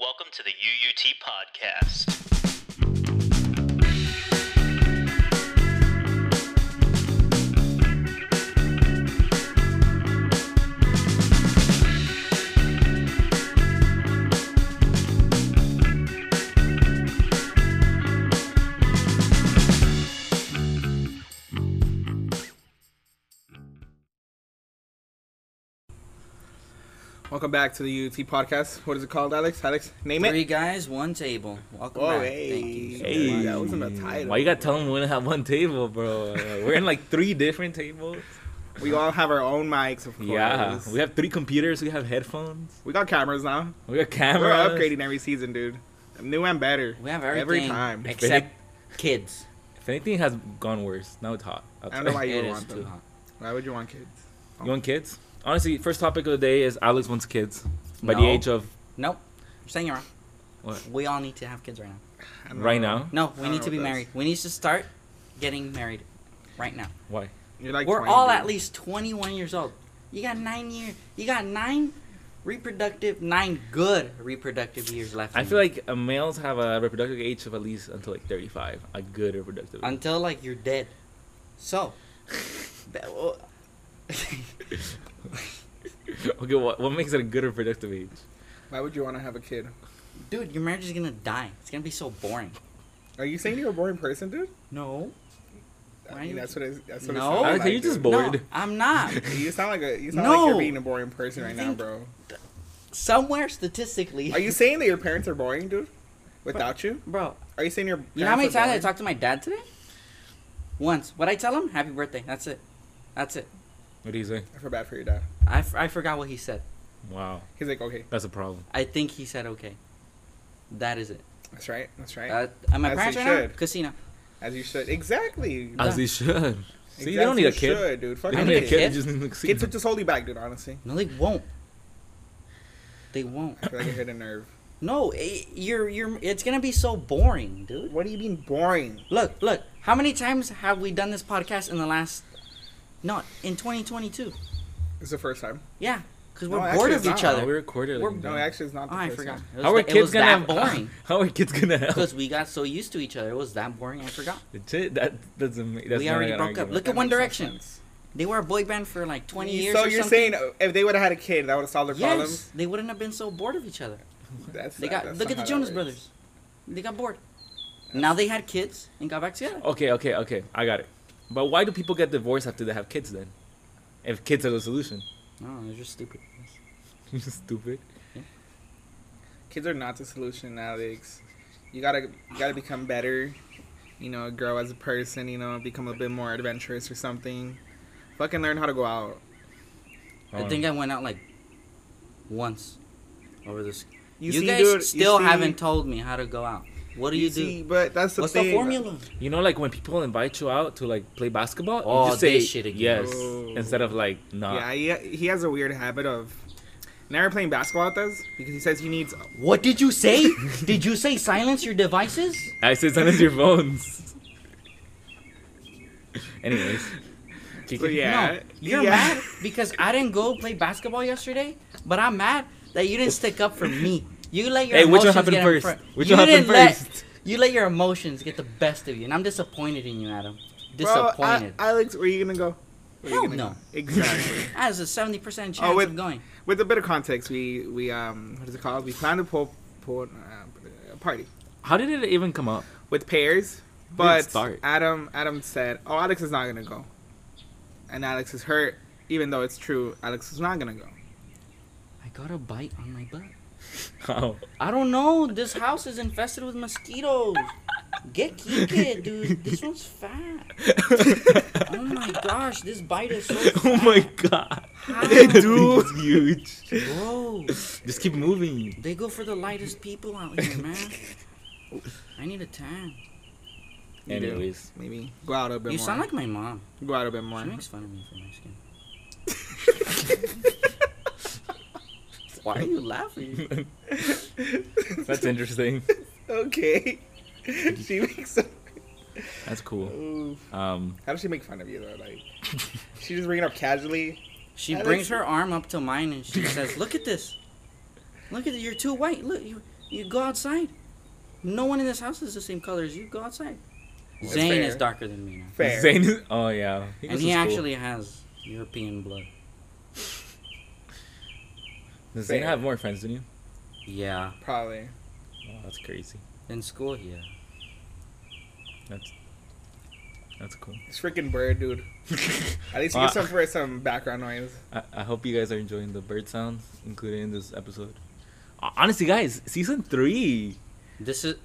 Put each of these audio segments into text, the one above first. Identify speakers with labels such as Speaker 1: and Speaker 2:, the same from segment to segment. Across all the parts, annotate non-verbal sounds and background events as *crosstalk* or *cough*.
Speaker 1: Welcome to the UUT podcast.
Speaker 2: Welcome back to the UT podcast. What is it called, Alex? Alex, name it.
Speaker 3: Three guys, one table. Welcome
Speaker 2: Oh,
Speaker 3: back.
Speaker 2: hey.
Speaker 3: Thank you. so
Speaker 2: Hey.
Speaker 3: much.
Speaker 2: That wasn't a title.
Speaker 4: Why you gotta tell them we only have one table, bro? We're in like three different tables.
Speaker 2: We all have our own mics, of course.
Speaker 4: Yeah, we
Speaker 2: we,
Speaker 4: have three computers. We have headphones.
Speaker 2: got cameras now.
Speaker 4: We
Speaker 2: We're
Speaker 4: got cameras.
Speaker 2: upgrading every season, dude. New and better.
Speaker 3: We have everything.
Speaker 2: Every time.
Speaker 3: Except kids.
Speaker 4: If anything has gone worse, now it's hot.
Speaker 2: I don't know why
Speaker 3: It
Speaker 2: you would
Speaker 3: is
Speaker 2: want
Speaker 3: too
Speaker 2: them.
Speaker 3: hot.
Speaker 2: Why would you want kids?
Speaker 4: You want kids? Honestly, first topic of the day is Alex wants kids by the
Speaker 3: No.
Speaker 4: age of
Speaker 3: Nope. I'm saying you're wrong.
Speaker 4: What?
Speaker 3: We all need to have kids right now.
Speaker 2: I don't
Speaker 4: right
Speaker 2: know.
Speaker 4: now.
Speaker 3: No, we
Speaker 2: I
Speaker 3: need
Speaker 2: don't
Speaker 3: to
Speaker 2: know
Speaker 3: be
Speaker 2: what that
Speaker 3: married. We need to start getting married right now.
Speaker 4: Why?
Speaker 2: You're like
Speaker 3: We're
Speaker 2: 20,
Speaker 3: all
Speaker 2: dude.
Speaker 3: at least 21 years old. You got nine years. You got nine reproductive, nine good reproductive years left.
Speaker 4: I
Speaker 3: in
Speaker 4: feel
Speaker 3: you.
Speaker 4: like uh, males have a reproductive age of at least until like 35. A good reproductive. age.
Speaker 3: until like you're dead. So. *laughs* Be- well- *laughs*
Speaker 4: *laughs* okay, what, what makes it a good reproductive age?
Speaker 2: Why would you want to have a kid?
Speaker 3: Dude, your marriage is gonna die. It's gonna be so boring.
Speaker 2: Are you saying you're a boring person, dude?
Speaker 3: No.
Speaker 2: I
Speaker 3: Why
Speaker 2: mean,
Speaker 3: you-
Speaker 2: that's what it, that's what it
Speaker 3: No.
Speaker 2: sounds
Speaker 4: Alex,
Speaker 2: like,
Speaker 4: are you just
Speaker 2: dude.
Speaker 4: bored?
Speaker 3: No,
Speaker 2: *laughs*
Speaker 3: I'm not.
Speaker 2: You sound like a you sound
Speaker 3: No.
Speaker 2: like you're being a boring person right now,
Speaker 3: Think-
Speaker 2: bro.
Speaker 3: Somewhere statistically.
Speaker 2: Are you saying that your parents are boring, dude? Without you?
Speaker 3: Bro,
Speaker 2: Are you saying your
Speaker 3: you know how many
Speaker 2: parents are
Speaker 3: times I
Speaker 2: boring?
Speaker 3: talked to my dad today? Once. What I tell him? Happy birthday. That's it. That's it.
Speaker 4: What do you say?
Speaker 2: I feel bad for your dad.
Speaker 3: I, f- I forgot what he said.
Speaker 4: Wow,
Speaker 2: He's like, okay,
Speaker 4: that's a problem.
Speaker 3: I think he said okay. That is it.
Speaker 2: that's right, that's right.
Speaker 3: Uh, and my
Speaker 2: As
Speaker 3: parents
Speaker 2: he
Speaker 3: right
Speaker 2: should.
Speaker 3: now? Casino.
Speaker 2: As you should. Exactly.
Speaker 4: As
Speaker 3: Yeah.
Speaker 4: they should. See,
Speaker 2: exactly
Speaker 4: they don't need a
Speaker 2: you
Speaker 4: kid.
Speaker 2: Should, dude. Fuck
Speaker 4: They
Speaker 3: I
Speaker 4: don't
Speaker 2: it.
Speaker 4: need a
Speaker 3: a
Speaker 4: kid.
Speaker 3: kid.
Speaker 4: They just need to see
Speaker 2: Kids
Speaker 4: them.
Speaker 2: would just hold you back, dude, honestly.
Speaker 3: No, they won't. They won't.
Speaker 2: I feel like I hit a nerve.
Speaker 3: No, i you're you're. It's gonna be so boring, dude.
Speaker 2: What do you mean boring?
Speaker 3: Look, look. How many times have we done this podcast in the last? No, in 2022.
Speaker 2: It's the first time.
Speaker 3: Yeah, because
Speaker 2: No,
Speaker 3: we're
Speaker 2: actually
Speaker 3: bored
Speaker 2: it's
Speaker 3: of each
Speaker 2: not.
Speaker 3: other.
Speaker 4: Oh, we recorded.
Speaker 3: We're-
Speaker 4: it.
Speaker 2: No, actually, it's not the
Speaker 3: Oh, I
Speaker 2: first
Speaker 3: forgot.
Speaker 2: time.
Speaker 3: It was,
Speaker 4: How are
Speaker 3: it was
Speaker 4: kids gonna?
Speaker 2: *laughs*
Speaker 3: that boring?
Speaker 4: *laughs* How are kids gonna help? *laughs*
Speaker 3: Because we got so used to each other, it was that boring. I forgot.
Speaker 4: That's it. That doesn't. Make, that's
Speaker 3: We
Speaker 4: not
Speaker 3: already
Speaker 4: an
Speaker 3: broke up.
Speaker 4: argument.
Speaker 3: Look at
Speaker 2: That
Speaker 3: One
Speaker 2: makes no
Speaker 3: Direction.
Speaker 2: sense.
Speaker 3: They were a boy band for like 20 years.
Speaker 2: So
Speaker 3: or
Speaker 2: you're
Speaker 3: something.
Speaker 2: saying uh, if they would have had a kid, that would have solved their
Speaker 3: yes?
Speaker 2: problems?
Speaker 3: They wouldn't have been so bored of each other.
Speaker 2: That's
Speaker 3: They
Speaker 2: that-
Speaker 3: got
Speaker 2: that's
Speaker 3: look
Speaker 2: not how
Speaker 3: at the
Speaker 2: that
Speaker 3: Jonas
Speaker 2: works.
Speaker 3: Brothers. They got bored. Now they had kids and got back together.
Speaker 4: Okay, okay, okay. I got it. But why do people get divorced after they have kids then? If kids are the solution, *laughs*
Speaker 3: No, Oh, they're just stupid.
Speaker 4: you stupid.
Speaker 2: Kids are not the solution, Alex. You gotta you gotta become better. You know, grow as a person. You know, become a bit more adventurous or something. Fucking learn how to go out.
Speaker 3: I think I went out like once over this. You,
Speaker 2: see,
Speaker 3: guys
Speaker 2: dude, you
Speaker 3: still
Speaker 2: see-
Speaker 3: haven't told me how to go out. What do you,
Speaker 2: see,
Speaker 3: do?
Speaker 2: But that's the
Speaker 3: What's
Speaker 2: thing.
Speaker 3: the formula?
Speaker 4: you know, like when people invite you out to like play basketball,
Speaker 3: Oh,
Speaker 4: you just say
Speaker 3: this shit again.
Speaker 4: yes
Speaker 2: Oh.
Speaker 4: instead of like nah.
Speaker 2: Yeah, he, he has a weird habit of never playing basketball with us because he says he needs.
Speaker 3: What did you say?
Speaker 2: *laughs*
Speaker 3: did you say silence your devices?
Speaker 4: I say silence your phones. *laughs*
Speaker 3: *laughs*
Speaker 4: Anyways,
Speaker 2: So yeah,
Speaker 3: No, you're
Speaker 2: yeah.
Speaker 3: mad because I didn't go play basketball yesterday, but I'm mad that you didn't stick up for me. You let your
Speaker 4: Hey, which
Speaker 3: emotions
Speaker 4: one happened
Speaker 3: get in
Speaker 4: first?
Speaker 3: front-
Speaker 4: Which
Speaker 3: you
Speaker 4: one happened
Speaker 3: didn't let-
Speaker 4: first?
Speaker 3: you let your emotions get the best of you, and I'm disappointed in you, Adam.
Speaker 2: Bro,
Speaker 3: Disappointed.
Speaker 2: I, Alex, where you gonna go? Where you
Speaker 3: Hell
Speaker 2: gonna
Speaker 3: no.
Speaker 2: go? Exactly. *laughs*
Speaker 3: That is a 70% chance
Speaker 2: with-
Speaker 3: of going.
Speaker 2: With a bit of context, we we um what is it called? We planned a pool, pool uh, party
Speaker 4: how did it even come up?
Speaker 2: with pairs,
Speaker 4: Where did it
Speaker 2: but
Speaker 4: start?
Speaker 2: Adam Adam said, "Oh, Alex is not gonna go," and Alex is hurt. Even though it's true, Alex is not gonna go.
Speaker 3: I got a bite on my butt.
Speaker 4: *laughs*
Speaker 3: *laughs*
Speaker 4: How?
Speaker 3: I don't know. This house is infested with mosquitoes. Get Kike, dude. This one's fat. Oh my gosh, this bite is so fat.
Speaker 4: oh my god.
Speaker 3: How?
Speaker 4: Dude. huge.
Speaker 3: Bro,
Speaker 4: Just keep moving.
Speaker 3: they go for the lightest people out here, man. I need a tan.
Speaker 2: You do.
Speaker 4: Anyways.
Speaker 2: Maybe go out a bit
Speaker 3: You
Speaker 2: more.
Speaker 3: sound like my mom.
Speaker 2: go out a bit more. *laughs*
Speaker 3: She makes fun of me for my skin. Why are you laughing?
Speaker 4: That's interesting. *laughs*
Speaker 2: Okay. she makes. Some-
Speaker 4: That's cool. Um,
Speaker 2: How does she make fun of you though?
Speaker 4: *laughs*
Speaker 2: Like she just bring it up casually.
Speaker 3: She
Speaker 2: Alex-
Speaker 3: brings her arm up to mine and she says, "Look at this. Look at it. You're too white. Look, you, You go outside. No one in this house is the same color as you. Go outside.
Speaker 2: That's
Speaker 3: Zane
Speaker 2: fair.
Speaker 3: is darker than me now.
Speaker 2: Fair.
Speaker 4: Zane is- oh yeah. goes
Speaker 3: and
Speaker 4: to
Speaker 3: he
Speaker 4: school.
Speaker 3: actually has European blood.
Speaker 4: Does Zane
Speaker 2: Fair.
Speaker 4: have more friends than you?
Speaker 3: Yeah.
Speaker 2: Probably.
Speaker 4: Oh, that's crazy.
Speaker 3: In school, yeah.
Speaker 4: That's that's cool.
Speaker 2: It's freaking bird,
Speaker 4: *laughs*
Speaker 2: dude. At least you
Speaker 4: Well,
Speaker 2: get some for some background noise.
Speaker 4: I, I hope you guys are enjoying the bird sounds included in this episode. Uh, Honestly, guys, season three.
Speaker 3: This is.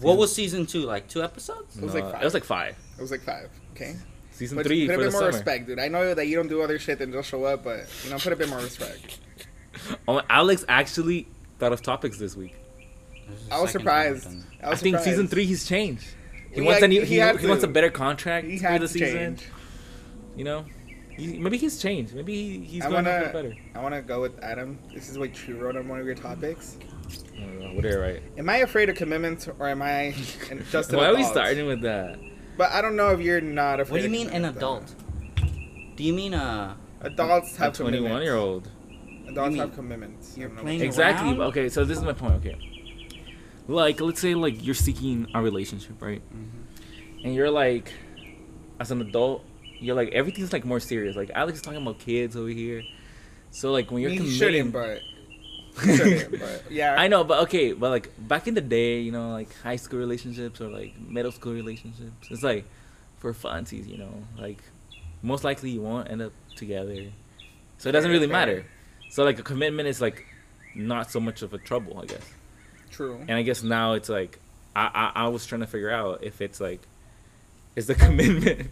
Speaker 3: What was season two? Like two episodes?
Speaker 2: was like
Speaker 4: No,
Speaker 2: five.
Speaker 4: It was like five.
Speaker 2: It was like five. Okay.
Speaker 4: Season
Speaker 2: But
Speaker 4: three
Speaker 2: put
Speaker 4: for
Speaker 2: a
Speaker 4: the
Speaker 2: bit more
Speaker 4: summer.
Speaker 2: respect, dude. I know that you don't do other shit than just show up, but you know, put a bit more respect.
Speaker 4: Oh, Alex actually thought of topics this week.
Speaker 3: This is the
Speaker 2: I was
Speaker 3: second time I've
Speaker 2: surprised.
Speaker 3: done
Speaker 2: I
Speaker 4: I
Speaker 2: was
Speaker 4: think
Speaker 2: surprised.
Speaker 4: season three he's changed. He
Speaker 2: Well,
Speaker 4: wants
Speaker 2: like,
Speaker 4: a new,
Speaker 2: he
Speaker 4: he,
Speaker 2: had
Speaker 4: he wants a
Speaker 2: to.
Speaker 4: better contract
Speaker 2: He
Speaker 4: for
Speaker 2: had
Speaker 4: the
Speaker 2: to
Speaker 4: season.
Speaker 2: change.
Speaker 4: You know, he, maybe he's changed. Maybe he, he's
Speaker 2: I
Speaker 4: going
Speaker 2: wanna-
Speaker 4: to better.
Speaker 2: I want to go with Adam. This is what you wrote on one of your topics.
Speaker 4: I don't know, Whatever, right?
Speaker 2: Am I afraid of commitment or am I an- just an
Speaker 4: *laughs* Why are
Speaker 2: adult?
Speaker 4: we starting with that?
Speaker 2: But I don't know if you're not
Speaker 3: that.
Speaker 2: afraid.
Speaker 3: What do you
Speaker 2: of
Speaker 3: mean an
Speaker 2: commitment, though.
Speaker 3: adult? Do you mean uh?
Speaker 2: Adults
Speaker 4: A
Speaker 2: have commitments.
Speaker 4: 21 year old.
Speaker 2: Adults
Speaker 3: You
Speaker 2: have
Speaker 3: mean-
Speaker 2: commitments.
Speaker 3: you're
Speaker 2: I don't know.
Speaker 3: playing Hang
Speaker 4: Exactly.
Speaker 3: around?
Speaker 4: but Okay, so this is my point. Okay, like let's say like you're seeking a relationship, right?
Speaker 2: Mm-hmm.
Speaker 4: And you're like, as an adult, you're like everything's like more serious. Like Alex is talking about kids over here, so like when
Speaker 2: I
Speaker 4: you're
Speaker 2: mean, you shouldn't,
Speaker 4: committing, *laughs*
Speaker 2: but you shouldn't, but yeah.
Speaker 4: I know, but okay, but like back in the day, you know, like high school relationships or like middle school relationships, it's like for funsies, you know, like most likely you won't end up together, so it doesn't
Speaker 2: Fair,
Speaker 4: really
Speaker 2: fair.
Speaker 4: matter. So like a commitment is like not so much of a trouble, I guess.
Speaker 2: True.
Speaker 4: And I guess now it's like I, I I was trying to figure out if it's like is the *laughs* commitment.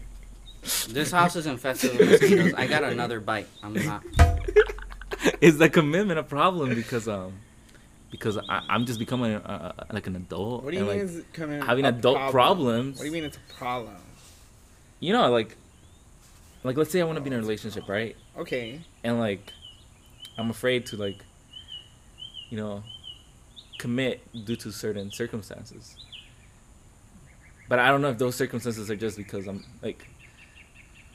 Speaker 3: This house is infested with mosquitoes. I got another bite. I'm not.
Speaker 4: is the commitment a problem because um because I I'm just becoming a, a, like an adult.
Speaker 2: What do you
Speaker 4: and,
Speaker 2: mean
Speaker 4: like,
Speaker 2: is commitment?
Speaker 4: having
Speaker 2: a
Speaker 4: adult problems?
Speaker 2: What do you mean it's a problem?
Speaker 4: You know, like like let's say I want to be in a relationship, right?
Speaker 2: Okay.
Speaker 4: And like I'm afraid to like you know commit due to certain circumstances. But I don't know if those circumstances are just because I'm like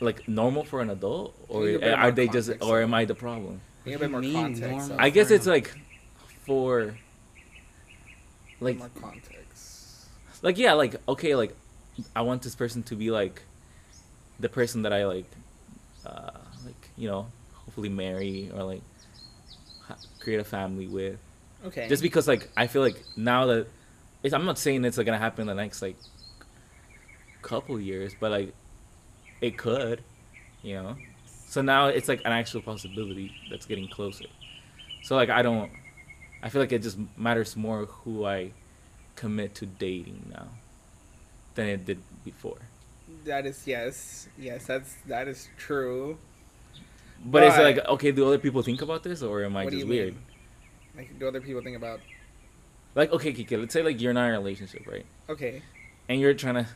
Speaker 4: like normal for an adult or
Speaker 2: You need a bit
Speaker 4: are
Speaker 2: more
Speaker 4: they just
Speaker 2: context.
Speaker 4: or am I the problem?
Speaker 2: We have
Speaker 3: do
Speaker 2: a bit
Speaker 3: you
Speaker 2: more
Speaker 3: mean,
Speaker 2: context.
Speaker 3: normal?
Speaker 2: though.
Speaker 4: I guess
Speaker 3: fair
Speaker 4: it's like for like
Speaker 2: more context.
Speaker 4: like yeah like okay like I want this person to be like the person that I like uh like you know hopefully marry or like ha- create a family with
Speaker 2: Okay.
Speaker 4: just because like I feel like now that it's, I'm not saying it's like gonna happen in the next like couple years but like it could you know so now it's like an actual possibility that's getting closer so like I don't I feel like it just matters more who I commit to dating now than it did before
Speaker 2: that is yes, yes. That's that is true.
Speaker 4: but, it's
Speaker 2: Right.
Speaker 4: like okay do other people think about this or am I
Speaker 2: what do
Speaker 4: just
Speaker 2: you
Speaker 4: weird
Speaker 2: mean? Like, do other people think about?
Speaker 4: like okay Kiki let's say like you're not in a relationship right
Speaker 2: Okay.
Speaker 4: and you're trying to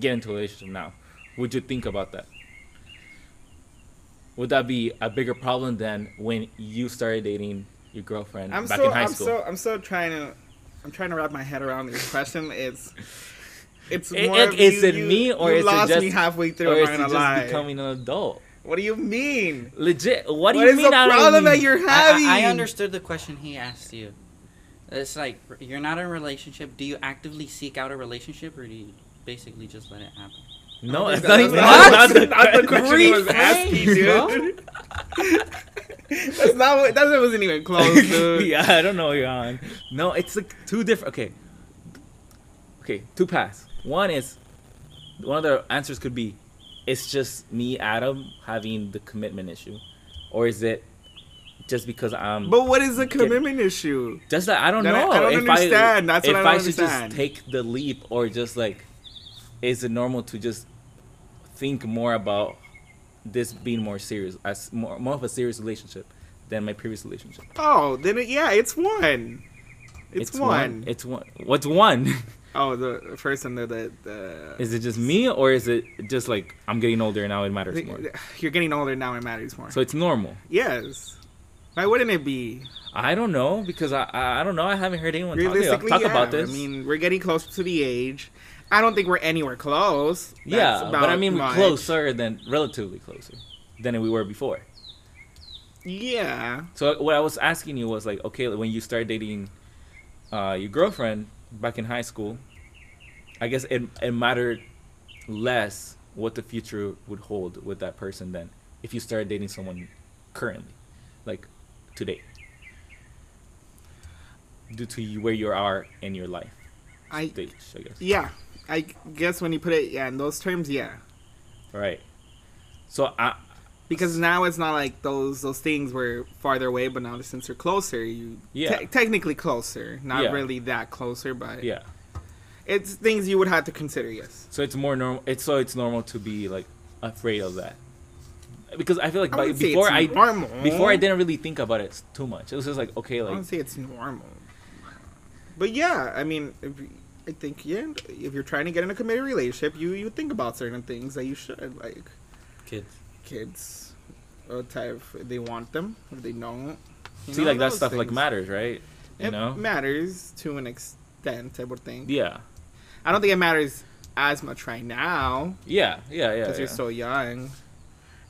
Speaker 4: get into a relationship now, would you think about that? Would that be a bigger problem than when you started dating your girlfriend
Speaker 2: I'm
Speaker 4: back
Speaker 2: so
Speaker 4: in high
Speaker 2: I'm
Speaker 4: school?
Speaker 2: so I'm so trying to I'm trying to wrap my head around this question. It's it's
Speaker 4: It-
Speaker 2: more
Speaker 4: it-
Speaker 2: of
Speaker 4: is
Speaker 2: you-
Speaker 4: it
Speaker 2: you-
Speaker 4: me or
Speaker 2: you
Speaker 4: is it
Speaker 2: lost me
Speaker 4: just-
Speaker 2: halfway through?
Speaker 4: or
Speaker 2: I'm
Speaker 4: is
Speaker 2: not
Speaker 4: it
Speaker 2: gonna
Speaker 4: just
Speaker 2: lie.
Speaker 4: becoming an adult?
Speaker 2: What do you mean?
Speaker 4: Legit. What
Speaker 2: What
Speaker 4: do you
Speaker 2: is
Speaker 4: mean?
Speaker 2: the
Speaker 4: I don't
Speaker 2: problem that
Speaker 4: mean?
Speaker 2: you're
Speaker 3: I-
Speaker 2: having?
Speaker 3: I, I understood the question he asked you. It's like you're not in a relationship. Do you actively seek out a relationship, or do you basically just let it happen?
Speaker 2: *laughs*
Speaker 4: No,
Speaker 2: I
Speaker 4: it's
Speaker 2: don't
Speaker 4: not
Speaker 2: think
Speaker 4: even.
Speaker 2: that-
Speaker 4: Not
Speaker 2: that's
Speaker 4: the,
Speaker 2: not the question he was asking,
Speaker 3: Rephrase,
Speaker 2: dude. *laughs* that's not what, that wasn't even
Speaker 4: *laughs*
Speaker 2: close, Oh, dude.
Speaker 4: yeah, I don't know, Jan. No, it's like two different. Okay. Okay, two paths. One is, one of the answers could be, it's just me, Adam, having the commitment issue, or is it just because I'm?
Speaker 2: But what is the commitment issue?
Speaker 4: just like I don't
Speaker 2: That I-
Speaker 4: know.
Speaker 2: I don't
Speaker 4: if
Speaker 2: understand. That's
Speaker 4: if
Speaker 2: what I
Speaker 4: I
Speaker 2: don't
Speaker 4: should
Speaker 2: understand.
Speaker 4: just take the leap, or just like, is it normal to just think more about this being more serious, as more, more of a serious relationship than my previous relationship?
Speaker 2: Oh, then it, yeah, it's one. It's, one.
Speaker 4: It's one. What's one? *laughs*
Speaker 2: Oh, the first and the the. the
Speaker 4: Is it just me, or is it just like I'm getting older and now it
Speaker 2: I
Speaker 4: matters
Speaker 2: think-
Speaker 4: more?
Speaker 2: You're getting older now. It matters more.
Speaker 4: So it's normal.
Speaker 2: yes. Why wouldn't it be?
Speaker 4: I don't know because I I, I don't know. I haven't heard anyone talk,
Speaker 2: Realistically,
Speaker 4: talk
Speaker 2: yeah.
Speaker 4: about this.
Speaker 2: I mean, we're getting close to the age. I don't think we're anywhere close. That's
Speaker 4: yeah, but I
Speaker 2: about
Speaker 4: mean we're
Speaker 2: my-
Speaker 4: closer than relatively closer than we were before.
Speaker 2: Yeah.
Speaker 4: So what I was asking you was like, okay, when you start dating uh, your girlfriend back in high school, I guess it it mattered less what the future would hold with that person than if you started dating someone currently, like today, due to you, where you are in your life
Speaker 2: I
Speaker 4: stage, I guess.
Speaker 2: yeah, I guess when you put it yeah in those terms, yeah,
Speaker 4: Right. So I
Speaker 2: because now it's not like those those things were farther away, but now since you're closer, you
Speaker 4: Yeah.
Speaker 2: te- technically closer, not
Speaker 4: Yeah.
Speaker 2: really that closer, but
Speaker 4: yeah.
Speaker 2: it's things you would have to consider. Yes,
Speaker 4: So it's more normal. It's so it's normal to be like afraid of that. Because I feel like
Speaker 2: I
Speaker 4: by,
Speaker 2: wouldn't say
Speaker 4: before
Speaker 2: it's
Speaker 4: I
Speaker 2: normal.
Speaker 4: before I didn't really think about it s- too much. It was just like okay,
Speaker 2: I
Speaker 4: like
Speaker 2: don't say it's normal, but yeah, I mean, if, you- I think yeah, if you're trying to get in a committed relationship, you you think about certain things that you should like
Speaker 4: kids.
Speaker 2: kids, what type if they want them, if they don't. you
Speaker 4: See,
Speaker 2: know,
Speaker 4: like that
Speaker 2: those
Speaker 4: stuff like
Speaker 2: things.
Speaker 4: matters, right? You
Speaker 2: it
Speaker 4: know?
Speaker 2: matters to an extent, I would think.
Speaker 4: Yeah,
Speaker 2: I don't think it matters as much right now
Speaker 4: yeah, yeah, yeah.
Speaker 2: because
Speaker 4: yeah.
Speaker 2: you're
Speaker 4: *laughs*
Speaker 2: so young,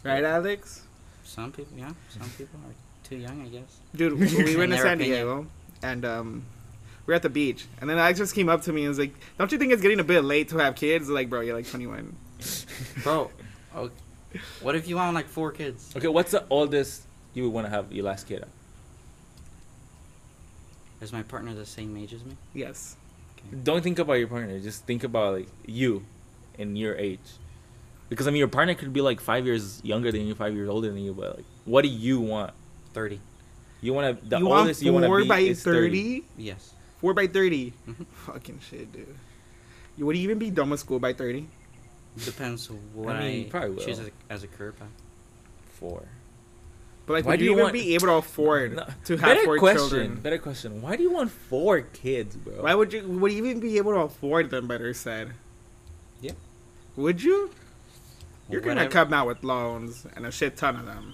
Speaker 2: right, Alex?
Speaker 3: Some people, yeah, some people are too young, I guess.
Speaker 2: Dude, we went
Speaker 3: In
Speaker 2: to
Speaker 3: their
Speaker 2: San
Speaker 3: opinion.
Speaker 2: Diego, and um, we were at the beach, and then Alex just came up to me and was like, "Don't you think it's getting a bit late to have kids?" Like, bro, you're like 21.
Speaker 3: Bro, oh, what if you want like four kids?
Speaker 4: okay, what's the oldest you would want to have your last kid? At?
Speaker 3: Is my partner the same age as me?
Speaker 2: Yes.
Speaker 4: Don't think about your partner. Just think about like you, and your age. Because I mean, your partner could be like five years younger than you, five years older than you. But like, what do you want?
Speaker 3: 30.
Speaker 4: You want to the
Speaker 2: you want
Speaker 4: oldest you want to
Speaker 2: four
Speaker 4: be
Speaker 2: by
Speaker 4: is 30.
Speaker 2: thirty.
Speaker 3: Yes.
Speaker 2: Four by 30
Speaker 3: Mhm.
Speaker 2: Fucking shit, dude. You would even be done with school by thirty.
Speaker 3: Depends what
Speaker 4: I
Speaker 3: I,
Speaker 4: mean, you probably will.
Speaker 3: choose as a, as a career path.
Speaker 4: Four.
Speaker 2: But like,
Speaker 4: Why
Speaker 2: would
Speaker 4: do
Speaker 2: you,
Speaker 4: you
Speaker 2: even
Speaker 4: want-
Speaker 2: be able to afford
Speaker 4: No,
Speaker 2: to have
Speaker 4: better
Speaker 2: four
Speaker 4: question.
Speaker 2: children?
Speaker 4: Better question. Why do you want four kids, bro?
Speaker 2: Why would you? Would you even be able to afford them? Better said.
Speaker 4: Yeah.
Speaker 2: Would you? You're gonna
Speaker 3: Whatever-
Speaker 2: come out with loans and a shit ton of them.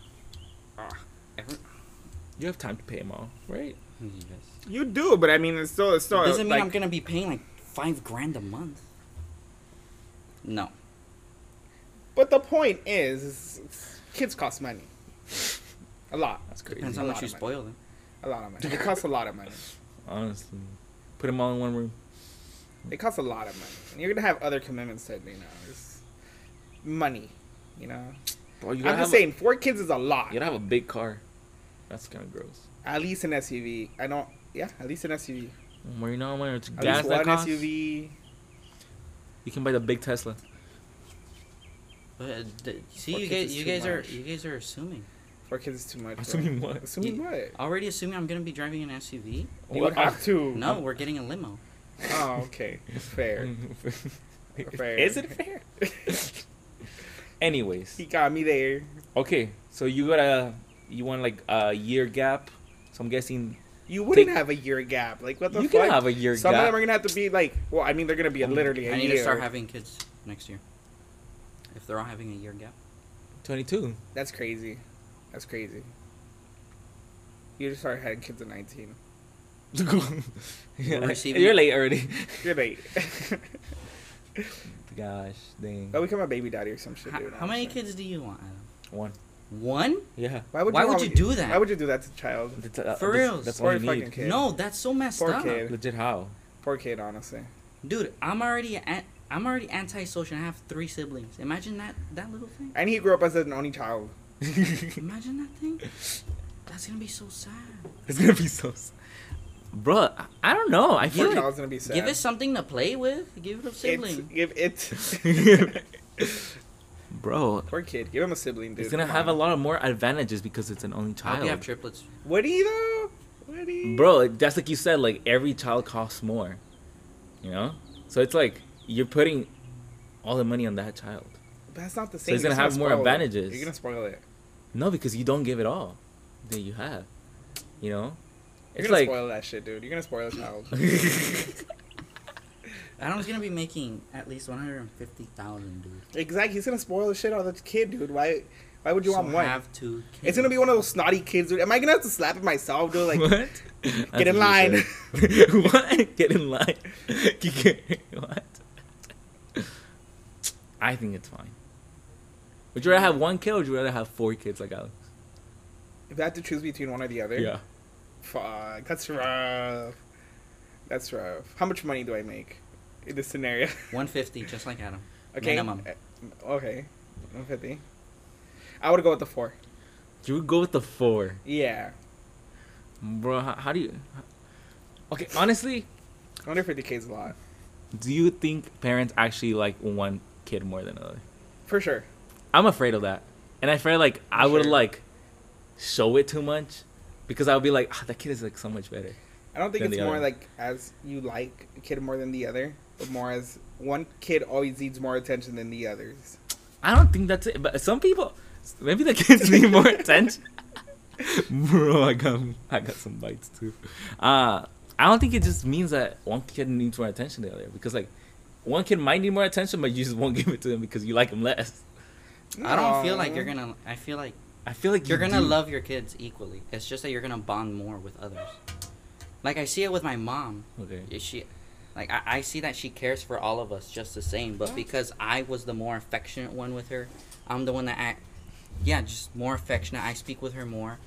Speaker 4: you have time to pay them all, right?
Speaker 3: Mm, Yes.
Speaker 2: You do, but I mean, it's still, it's still.
Speaker 3: doesn't mean
Speaker 2: like,
Speaker 3: I'm gonna be paying like five grand a month. No.
Speaker 2: But the point is, is- is kids cost money. A lot.
Speaker 4: That's crazy.
Speaker 3: Depends
Speaker 2: a
Speaker 3: how
Speaker 2: lot
Speaker 3: much you
Speaker 2: of money.
Speaker 3: spoil eh? them.
Speaker 2: A lot of money. It costs a lot of money.
Speaker 4: Honestly, put them all in one room.
Speaker 2: It costs a lot of money. And you're gonna have other commitments that you know. It's money. You know.
Speaker 4: Bro, you
Speaker 2: I'm just
Speaker 4: have a-
Speaker 2: saying, four kids is a lot.
Speaker 4: you gotta have a big car. That's kind of gross.
Speaker 2: At least an SUV. I don't. Yeah, at least an SUV.
Speaker 4: Well, you know when it's
Speaker 2: At
Speaker 4: gas
Speaker 2: least
Speaker 4: that
Speaker 2: one
Speaker 4: costs,
Speaker 2: SUV.
Speaker 4: you can buy the big Tesla.
Speaker 3: But, uh, d- see,
Speaker 2: Four
Speaker 3: you
Speaker 2: kids
Speaker 3: guys,
Speaker 2: is
Speaker 3: you
Speaker 2: too
Speaker 3: guys are
Speaker 2: much.
Speaker 3: you guys are assuming.
Speaker 2: Four kids is too much. bro.
Speaker 4: Assuming what?
Speaker 2: Assuming
Speaker 3: You-
Speaker 2: what?
Speaker 3: Already assuming I'm gonna be driving an SUV.
Speaker 2: You would *laughs* have to.
Speaker 3: No, we're getting a limo.
Speaker 2: Oh, okay.
Speaker 4: *laughs* Mm.
Speaker 2: Fair. Fair.
Speaker 4: Is
Speaker 2: *laughs*
Speaker 4: it fair? Anyways,
Speaker 2: He got me there.
Speaker 4: okay. So you got a you want like a year gap. So I'm guessing
Speaker 2: You wouldn't
Speaker 4: Take-
Speaker 2: have a year gap. Like what the
Speaker 4: you
Speaker 2: fuck?
Speaker 4: can have a year
Speaker 2: Some
Speaker 4: gap.
Speaker 2: of them are gonna have to be like. Well, I mean, they're gonna be literally a
Speaker 3: I need
Speaker 2: year.
Speaker 3: to start having kids next year. If they're all having a year gap.
Speaker 4: 22.
Speaker 2: That's crazy. That's crazy. You just start having kids at 19.
Speaker 4: *laughs* Yeah,
Speaker 3: receiving-
Speaker 4: You're
Speaker 2: *laughs*
Speaker 4: late already.
Speaker 2: You're late. *laughs*
Speaker 4: Gosh, dang.
Speaker 2: I'll become a baby daddy or some shit,
Speaker 3: How,
Speaker 2: dude.
Speaker 3: how many
Speaker 2: honestly.
Speaker 3: kids do you want? Adam?
Speaker 4: One.
Speaker 3: One?
Speaker 4: Yeah.
Speaker 3: Why would
Speaker 2: want-
Speaker 3: you do that?
Speaker 2: Why would you do that to a child?
Speaker 4: That's, uh,
Speaker 3: For
Speaker 4: that's-
Speaker 3: reals.
Speaker 4: That's
Speaker 2: Or
Speaker 4: all you
Speaker 2: a fucking
Speaker 4: need.
Speaker 2: kid.
Speaker 3: No, that's so messed
Speaker 2: Poor
Speaker 3: up.
Speaker 2: kid. *laughs*
Speaker 4: Legit how?
Speaker 2: Poor kid, honestly.
Speaker 3: Dude, I'm already an- I'm already antisocial. and I have three siblings. Imagine that that little thing.
Speaker 2: And he grew up as an only child.
Speaker 4: it's
Speaker 3: Imagine that thing. That's gonna be so sad.
Speaker 4: gonna be so. s- Bro, I- I don't know. I
Speaker 2: Poor
Speaker 4: feel like
Speaker 2: child's gonna be sad.
Speaker 3: Give it something to play with. Give it a
Speaker 2: It's-
Speaker 3: sibling.
Speaker 2: Give it. *laughs*
Speaker 4: Bro,
Speaker 2: Poor kid. Give him a sibling, dude.
Speaker 4: it's gonna
Speaker 2: Come
Speaker 4: have a
Speaker 2: on.
Speaker 4: lot of more advantages because it's an only
Speaker 3: I hope you have
Speaker 4: child.
Speaker 3: triplets.
Speaker 2: Would he though? Would he?
Speaker 4: Bro, that's like you said. Like every child costs more. You know, so it's like you're putting all the money on that child.
Speaker 2: But that's not the
Speaker 4: So
Speaker 2: same.
Speaker 4: he's
Speaker 2: You're
Speaker 4: gonna have
Speaker 2: just
Speaker 4: more
Speaker 2: spoil it.
Speaker 4: advantages.
Speaker 2: You're gonna spoil it.
Speaker 4: No, because you don't give it all that you have. You know,
Speaker 2: You're
Speaker 4: it's
Speaker 2: gonna
Speaker 4: like
Speaker 2: spoil that shit, dude. You're gonna spoil a
Speaker 4: *laughs*
Speaker 2: child.
Speaker 3: Adam's gonna be making at least one hundred and fifty thousand, dude.
Speaker 2: Exactly. He's gonna spoil the shit out of the kid, dude. Why? Why would you want
Speaker 3: So
Speaker 2: one?
Speaker 3: Have two. Kids.
Speaker 2: It's gonna be one of those snotty kids, dude. Am I gonna have to slap it myself, dude?
Speaker 4: *laughs*
Speaker 2: Like,
Speaker 4: what?
Speaker 2: *laughs* get in line. *laughs*
Speaker 4: what? Get in line. *laughs* You get- *laughs* what? I think it's fine. Would you rather have one kid or would you rather have four kids like Alex?
Speaker 2: if I had to choose between one or the other,
Speaker 4: Yeah.
Speaker 2: Fuck, that's rough. That's rough. How much money do I make in this scenario? *laughs*
Speaker 3: 150, just like Adam.
Speaker 2: okay.
Speaker 3: Minimum.
Speaker 2: Uh, Okay. 150. I would go with the four.
Speaker 4: You would go with the four,
Speaker 2: Yeah.
Speaker 4: bro. How, how do you? Okay, honestly,
Speaker 2: 150k is a lot.
Speaker 4: do you think parents actually like one kid more than another?
Speaker 2: For sure.
Speaker 4: I'm afraid of that, and I feel like I would
Speaker 2: Sure.
Speaker 4: like show it too much because I would be like, ah, that kid is like so much better.
Speaker 2: I don't think
Speaker 4: Than
Speaker 2: it's
Speaker 4: the
Speaker 2: more
Speaker 4: other.
Speaker 2: like as you like a kid more than the other, but more as one kid always needs more attention than the others.
Speaker 4: I don't think that's it, but some people, maybe the kids need *laughs* more attention. Bro, I got I got some bites too. Uh, I don't think it just means that one kid needs more attention than the other because like one kid might need more attention, but you just won't *laughs* give it to him because you like him less.
Speaker 3: I don't feel like
Speaker 2: No.
Speaker 3: you're gonna. I feel like
Speaker 4: I feel like
Speaker 3: you're
Speaker 4: you
Speaker 3: gonna
Speaker 4: do.
Speaker 3: love your kids equally. It's just that you're gonna bond more with others. Like I see it with my mom.
Speaker 4: Okay.
Speaker 3: She, like I, I see that she cares for all of us just the same. But because I was the more affectionate one with her, I'm the one that act. Yeah, just more affectionate. I speak with her more.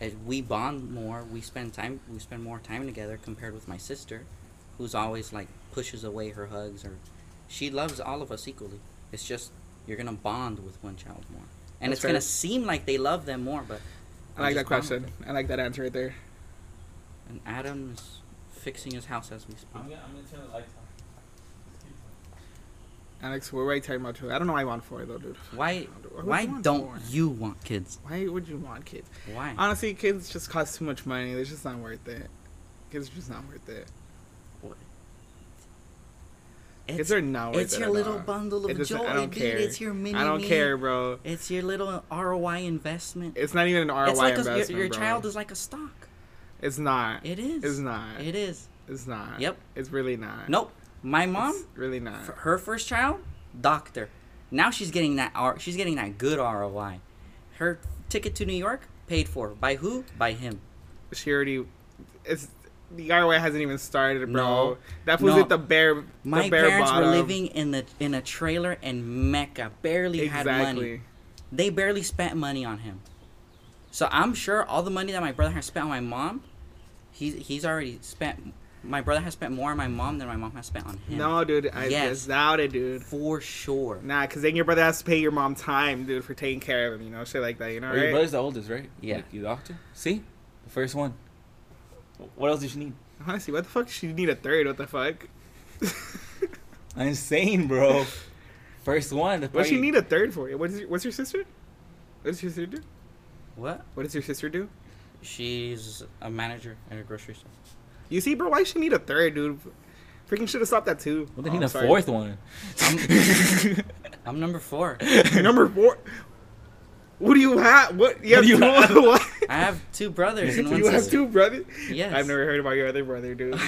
Speaker 3: As we bond more, we spend time. We spend more time together compared with my sister, who's always like pushes away her hugs or. She loves all of us equally. It's just you're gonna bond with one child more, and
Speaker 2: That's
Speaker 3: it's
Speaker 2: fair.
Speaker 3: gonna seem like they love them more, but
Speaker 2: I like that
Speaker 3: just bond with
Speaker 2: question.
Speaker 3: them.
Speaker 2: I like that answer right there.
Speaker 3: And Adam is fixing his house as we
Speaker 4: I'm
Speaker 3: speak.
Speaker 4: gonna, I'm gonna turn the lights on.
Speaker 2: Alex, what were you talking about? Too? I don't know why I want four though, dude.
Speaker 3: Why?
Speaker 2: Why
Speaker 3: Why
Speaker 2: want
Speaker 3: don't
Speaker 2: more?
Speaker 3: you want kids?
Speaker 2: Why would you want kids?
Speaker 3: Why?
Speaker 2: Honestly, kids just cost too much money. It's just not worth it. Kids are just not worth it.
Speaker 3: It's,
Speaker 2: kids are not worth
Speaker 3: it's
Speaker 2: it.
Speaker 3: your
Speaker 2: at
Speaker 3: little
Speaker 2: all.
Speaker 3: bundle
Speaker 2: It
Speaker 3: of
Speaker 2: doesn't-
Speaker 3: joy,
Speaker 2: I don't
Speaker 3: dude.
Speaker 2: care.
Speaker 3: It's your mini.
Speaker 2: I don't
Speaker 3: me.
Speaker 2: care, bro.
Speaker 3: It's your little ROI investment.
Speaker 2: It's not even an ROI
Speaker 3: it's like a- your-
Speaker 2: investment,
Speaker 3: your,
Speaker 2: bro.
Speaker 3: child is like a stock.
Speaker 2: It's not.
Speaker 3: It is.
Speaker 2: It's not.
Speaker 3: It is.
Speaker 2: It's not.
Speaker 3: Yep.
Speaker 2: It's really not.
Speaker 3: Nope. My mom,
Speaker 2: It's really not.
Speaker 3: f- her first child, doctor. Now she's getting that R. She's getting that good ROI. Her ticket to New York paid for by who? By him.
Speaker 2: She already. It's the ROI hasn't even started, bro.
Speaker 3: No.
Speaker 2: That was
Speaker 3: No.
Speaker 2: at the bare.
Speaker 3: My
Speaker 2: the bare
Speaker 3: parents
Speaker 2: bottom.
Speaker 3: were living in the in a trailer in Mecca, barely had money.
Speaker 2: Exactly.
Speaker 3: They barely spent money on him. So I'm sure all the money that my brother has spent on my mom, he's he's already spent. My brother has spent more on my mom than my mom has spent on him.
Speaker 2: No, dude. I
Speaker 3: Yes.
Speaker 2: just doubt it, dude.
Speaker 3: for sure.
Speaker 2: Nah, because then your brother has to pay your mom time, dude, for taking care of him, you know, shit like that, you know,
Speaker 4: Well, Your
Speaker 2: right?
Speaker 4: brother's the oldest, right?
Speaker 3: Yeah.
Speaker 4: Like, your doctor. See, the first one. What else did you need?
Speaker 2: Honestly, what the fuck? She need a third, what the fuck?
Speaker 4: I'm insane, bro. First one.
Speaker 2: What she
Speaker 4: probably-
Speaker 2: need a third for? What is your, what's your sister? What does your sister do?
Speaker 3: What?
Speaker 2: What does your sister do?
Speaker 3: She's a manager at a grocery store.
Speaker 2: You see, bro, why she need a third, dude? Freaking should have stopped that too.
Speaker 4: Well, they
Speaker 2: Oh,
Speaker 4: need
Speaker 2: I'm
Speaker 4: a
Speaker 2: sorry.
Speaker 4: fourth one. *laughs*
Speaker 3: I'm number four.
Speaker 2: *laughs* Number four. What do you have? What? You have
Speaker 4: do you
Speaker 2: two-
Speaker 4: have?
Speaker 2: *laughs*
Speaker 4: *laughs*
Speaker 2: what?
Speaker 3: I have two brothers and
Speaker 2: *laughs*
Speaker 3: one
Speaker 2: You have
Speaker 3: sister.
Speaker 2: two brothers?
Speaker 3: Yes.
Speaker 2: I've never heard about your other brother,
Speaker 4: *laughs*
Speaker 2: dude.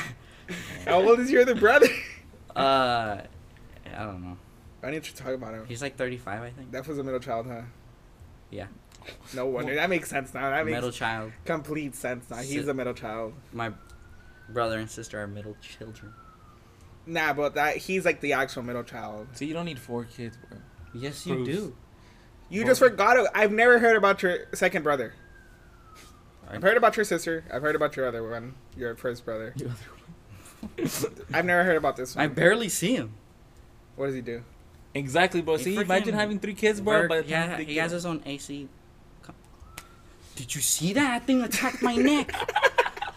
Speaker 2: How old is your other brother? *laughs*
Speaker 3: Uh, I don't know.
Speaker 2: I need to talk about him.
Speaker 3: He's like 35, I think.
Speaker 2: That was a middle child, huh?
Speaker 3: Yeah,
Speaker 2: No wonder. That makes sense now. That makes
Speaker 3: middle child.
Speaker 2: complete sense now. He's
Speaker 3: Sit.
Speaker 2: a middle child.
Speaker 3: My brother and sister are middle children.
Speaker 2: Nah, but that he's like the actual middle child.
Speaker 4: So you don't need four kids, bro.
Speaker 3: Yes, you
Speaker 4: Proofs.
Speaker 3: do.
Speaker 2: You just forgot. it. I've never heard about your second brother. I've heard about your sister. I've heard about your other one, your first brother. I've never heard about this
Speaker 3: I
Speaker 2: one.
Speaker 3: barely see him.
Speaker 2: What does he do?
Speaker 4: *laughs* Exactly, bro.
Speaker 3: He
Speaker 4: See,
Speaker 3: freaking
Speaker 4: imagine having three kids, bro.
Speaker 3: Work-
Speaker 4: By the time
Speaker 3: yeah,
Speaker 4: they
Speaker 3: he
Speaker 4: get-
Speaker 3: has his own AC. co- Did you see that? That thing attacked my *laughs* neck.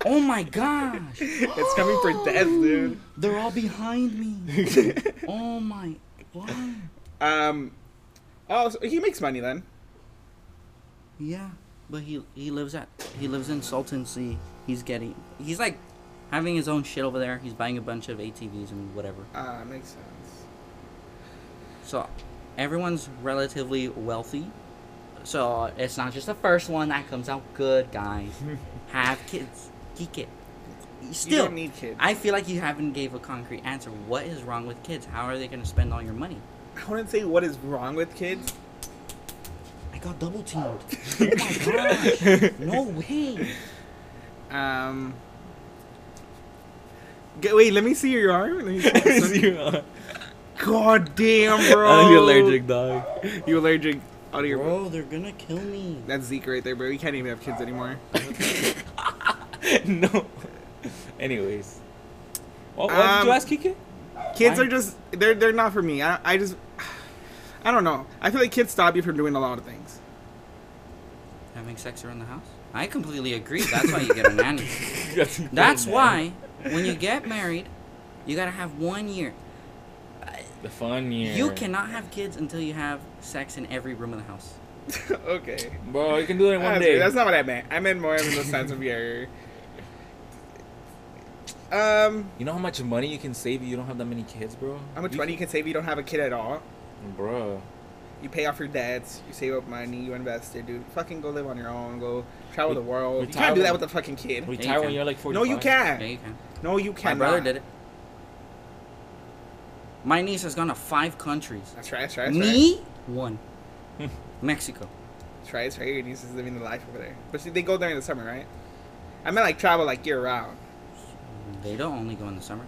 Speaker 3: Oh my gosh!
Speaker 2: It's coming for death, dude.
Speaker 3: They're all behind me.
Speaker 2: *laughs*
Speaker 3: Oh my! What?
Speaker 2: um. Oh, so he makes money then.
Speaker 3: Yeah, but he he lives at he lives in Sultan Sea. He's getting he's like having his own shit over there. He's buying a bunch of ATVs and whatever.
Speaker 2: Ah, makes sense.
Speaker 3: So everyone's relatively wealthy. So it's not just the first one that comes out good, guys. Have kids. Geek it.
Speaker 2: you
Speaker 3: Still,
Speaker 2: don't need kids. I,
Speaker 3: I feel like you haven't gave a concrete answer. What is wrong with kids? How are they going to spend all your money?
Speaker 2: wouldn't say what is wrong with kids.
Speaker 3: I got double teamed.
Speaker 2: *laughs*
Speaker 3: oh my
Speaker 4: *laughs*
Speaker 3: gosh. No way.
Speaker 2: Um. Get, wait, let me see your arm. Let me see this *laughs* one.
Speaker 4: You are-
Speaker 2: God *laughs* damn,
Speaker 4: *laughs*
Speaker 2: bro.
Speaker 4: I think you're allergic, dog. *laughs*
Speaker 2: You allergic out of your.
Speaker 3: Bro, they're going to kill me.
Speaker 2: That's Zeke right there, bro. You *laughs* can't even have kids anymore.
Speaker 4: no. Anyways, Oh, what did you
Speaker 2: Um,
Speaker 4: ask *laughs* Kiki?
Speaker 2: Kids
Speaker 4: Why?
Speaker 2: are just they're they're not for me. I I just *sighs* I don't know. I feel like kids stop you from doing a lot of things.
Speaker 3: Having sex around the house? I completely agree. That's why you get
Speaker 2: *laughs*
Speaker 3: a nanny. *laughs* That's why when you get married, you gotta have one year.
Speaker 4: the fun year.
Speaker 3: You cannot have kids until you have sex in every room of the house.
Speaker 2: *laughs* okay.
Speaker 4: bro. You can do it in one
Speaker 2: That's,
Speaker 4: day.
Speaker 2: that's not what I meant. I meant more in the sense of your. *laughs* Um,
Speaker 4: You know how much money you can save if you don't have that many kids, bro?
Speaker 2: how much money you can save if you don't have a kid at all?
Speaker 4: Bro.
Speaker 2: You pay off your debts. You save up money. You invest it, dude. Fucking go live on your own. Go travel
Speaker 4: Re-
Speaker 2: the world. You
Speaker 4: retire
Speaker 2: can't do that
Speaker 4: when-
Speaker 2: with a fucking kid.
Speaker 4: Retire when
Speaker 3: can.
Speaker 4: you're like 40.
Speaker 2: No, you
Speaker 3: Yeah,
Speaker 2: can't.
Speaker 3: you can.
Speaker 2: No, you
Speaker 3: My
Speaker 2: cannot.
Speaker 3: brother did it. My niece has gone to five countries.
Speaker 2: That's right. That's right. That's right.
Speaker 3: Me? One. *laughs* Mexico.
Speaker 2: That's right. That's right. Your niece is living the life over there. But see, they go during the summer, right? I meant like travel like year round.
Speaker 3: They don't only go in the summer.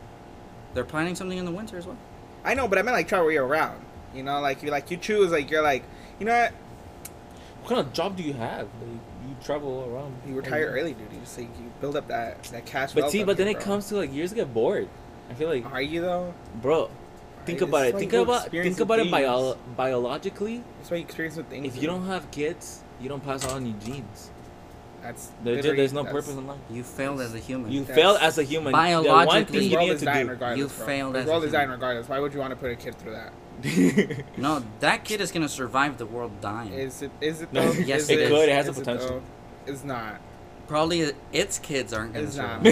Speaker 3: They're planning something in the winter as well.
Speaker 2: I know, but I meant like travel year round. You know, like you like you choose like you're like you know what
Speaker 4: What kind of job do you have? Like, you travel around.
Speaker 2: you retire early, dude. You just like you build up that that cash.
Speaker 4: Mm-hmm. But
Speaker 2: wealth
Speaker 4: see,
Speaker 2: up
Speaker 4: but
Speaker 2: here,
Speaker 4: then it
Speaker 2: bro. Uh,
Speaker 4: comes to like years get bored. I feel like,
Speaker 2: Are you though?
Speaker 4: bro, think
Speaker 2: It's
Speaker 4: about it.
Speaker 2: like
Speaker 4: Think
Speaker 2: you
Speaker 4: about
Speaker 2: experience
Speaker 4: think about it
Speaker 2: things.
Speaker 4: bio- biologically.
Speaker 2: That's why you experience with things.
Speaker 4: If you
Speaker 2: dude.
Speaker 4: don't have kids, you don't pass on your genes.
Speaker 2: that's
Speaker 4: There-
Speaker 2: literally-
Speaker 4: there's no
Speaker 2: that's-
Speaker 4: purpose in life.
Speaker 3: You failed as a human.
Speaker 4: You
Speaker 2: That's-
Speaker 4: fail as a human. The one
Speaker 3: Biologically-
Speaker 4: thing
Speaker 2: This
Speaker 4: you
Speaker 2: world
Speaker 4: needed
Speaker 2: is dying
Speaker 4: to
Speaker 2: regardless.
Speaker 3: You
Speaker 2: bro.
Speaker 3: failed
Speaker 2: This
Speaker 3: as a
Speaker 2: world is dying
Speaker 3: human.
Speaker 2: regardless. Why would you want to put a kid through that?
Speaker 4: do.
Speaker 3: No, that kid is gonna survive the world dying.
Speaker 2: Is it? Is it?
Speaker 4: No,
Speaker 2: Though?
Speaker 3: yes,
Speaker 2: is
Speaker 3: it
Speaker 2: it
Speaker 3: could.
Speaker 4: It has the
Speaker 2: Is
Speaker 4: potential.
Speaker 2: though? it's not.
Speaker 3: Probably its kids aren't gonna
Speaker 2: It's
Speaker 3: survive.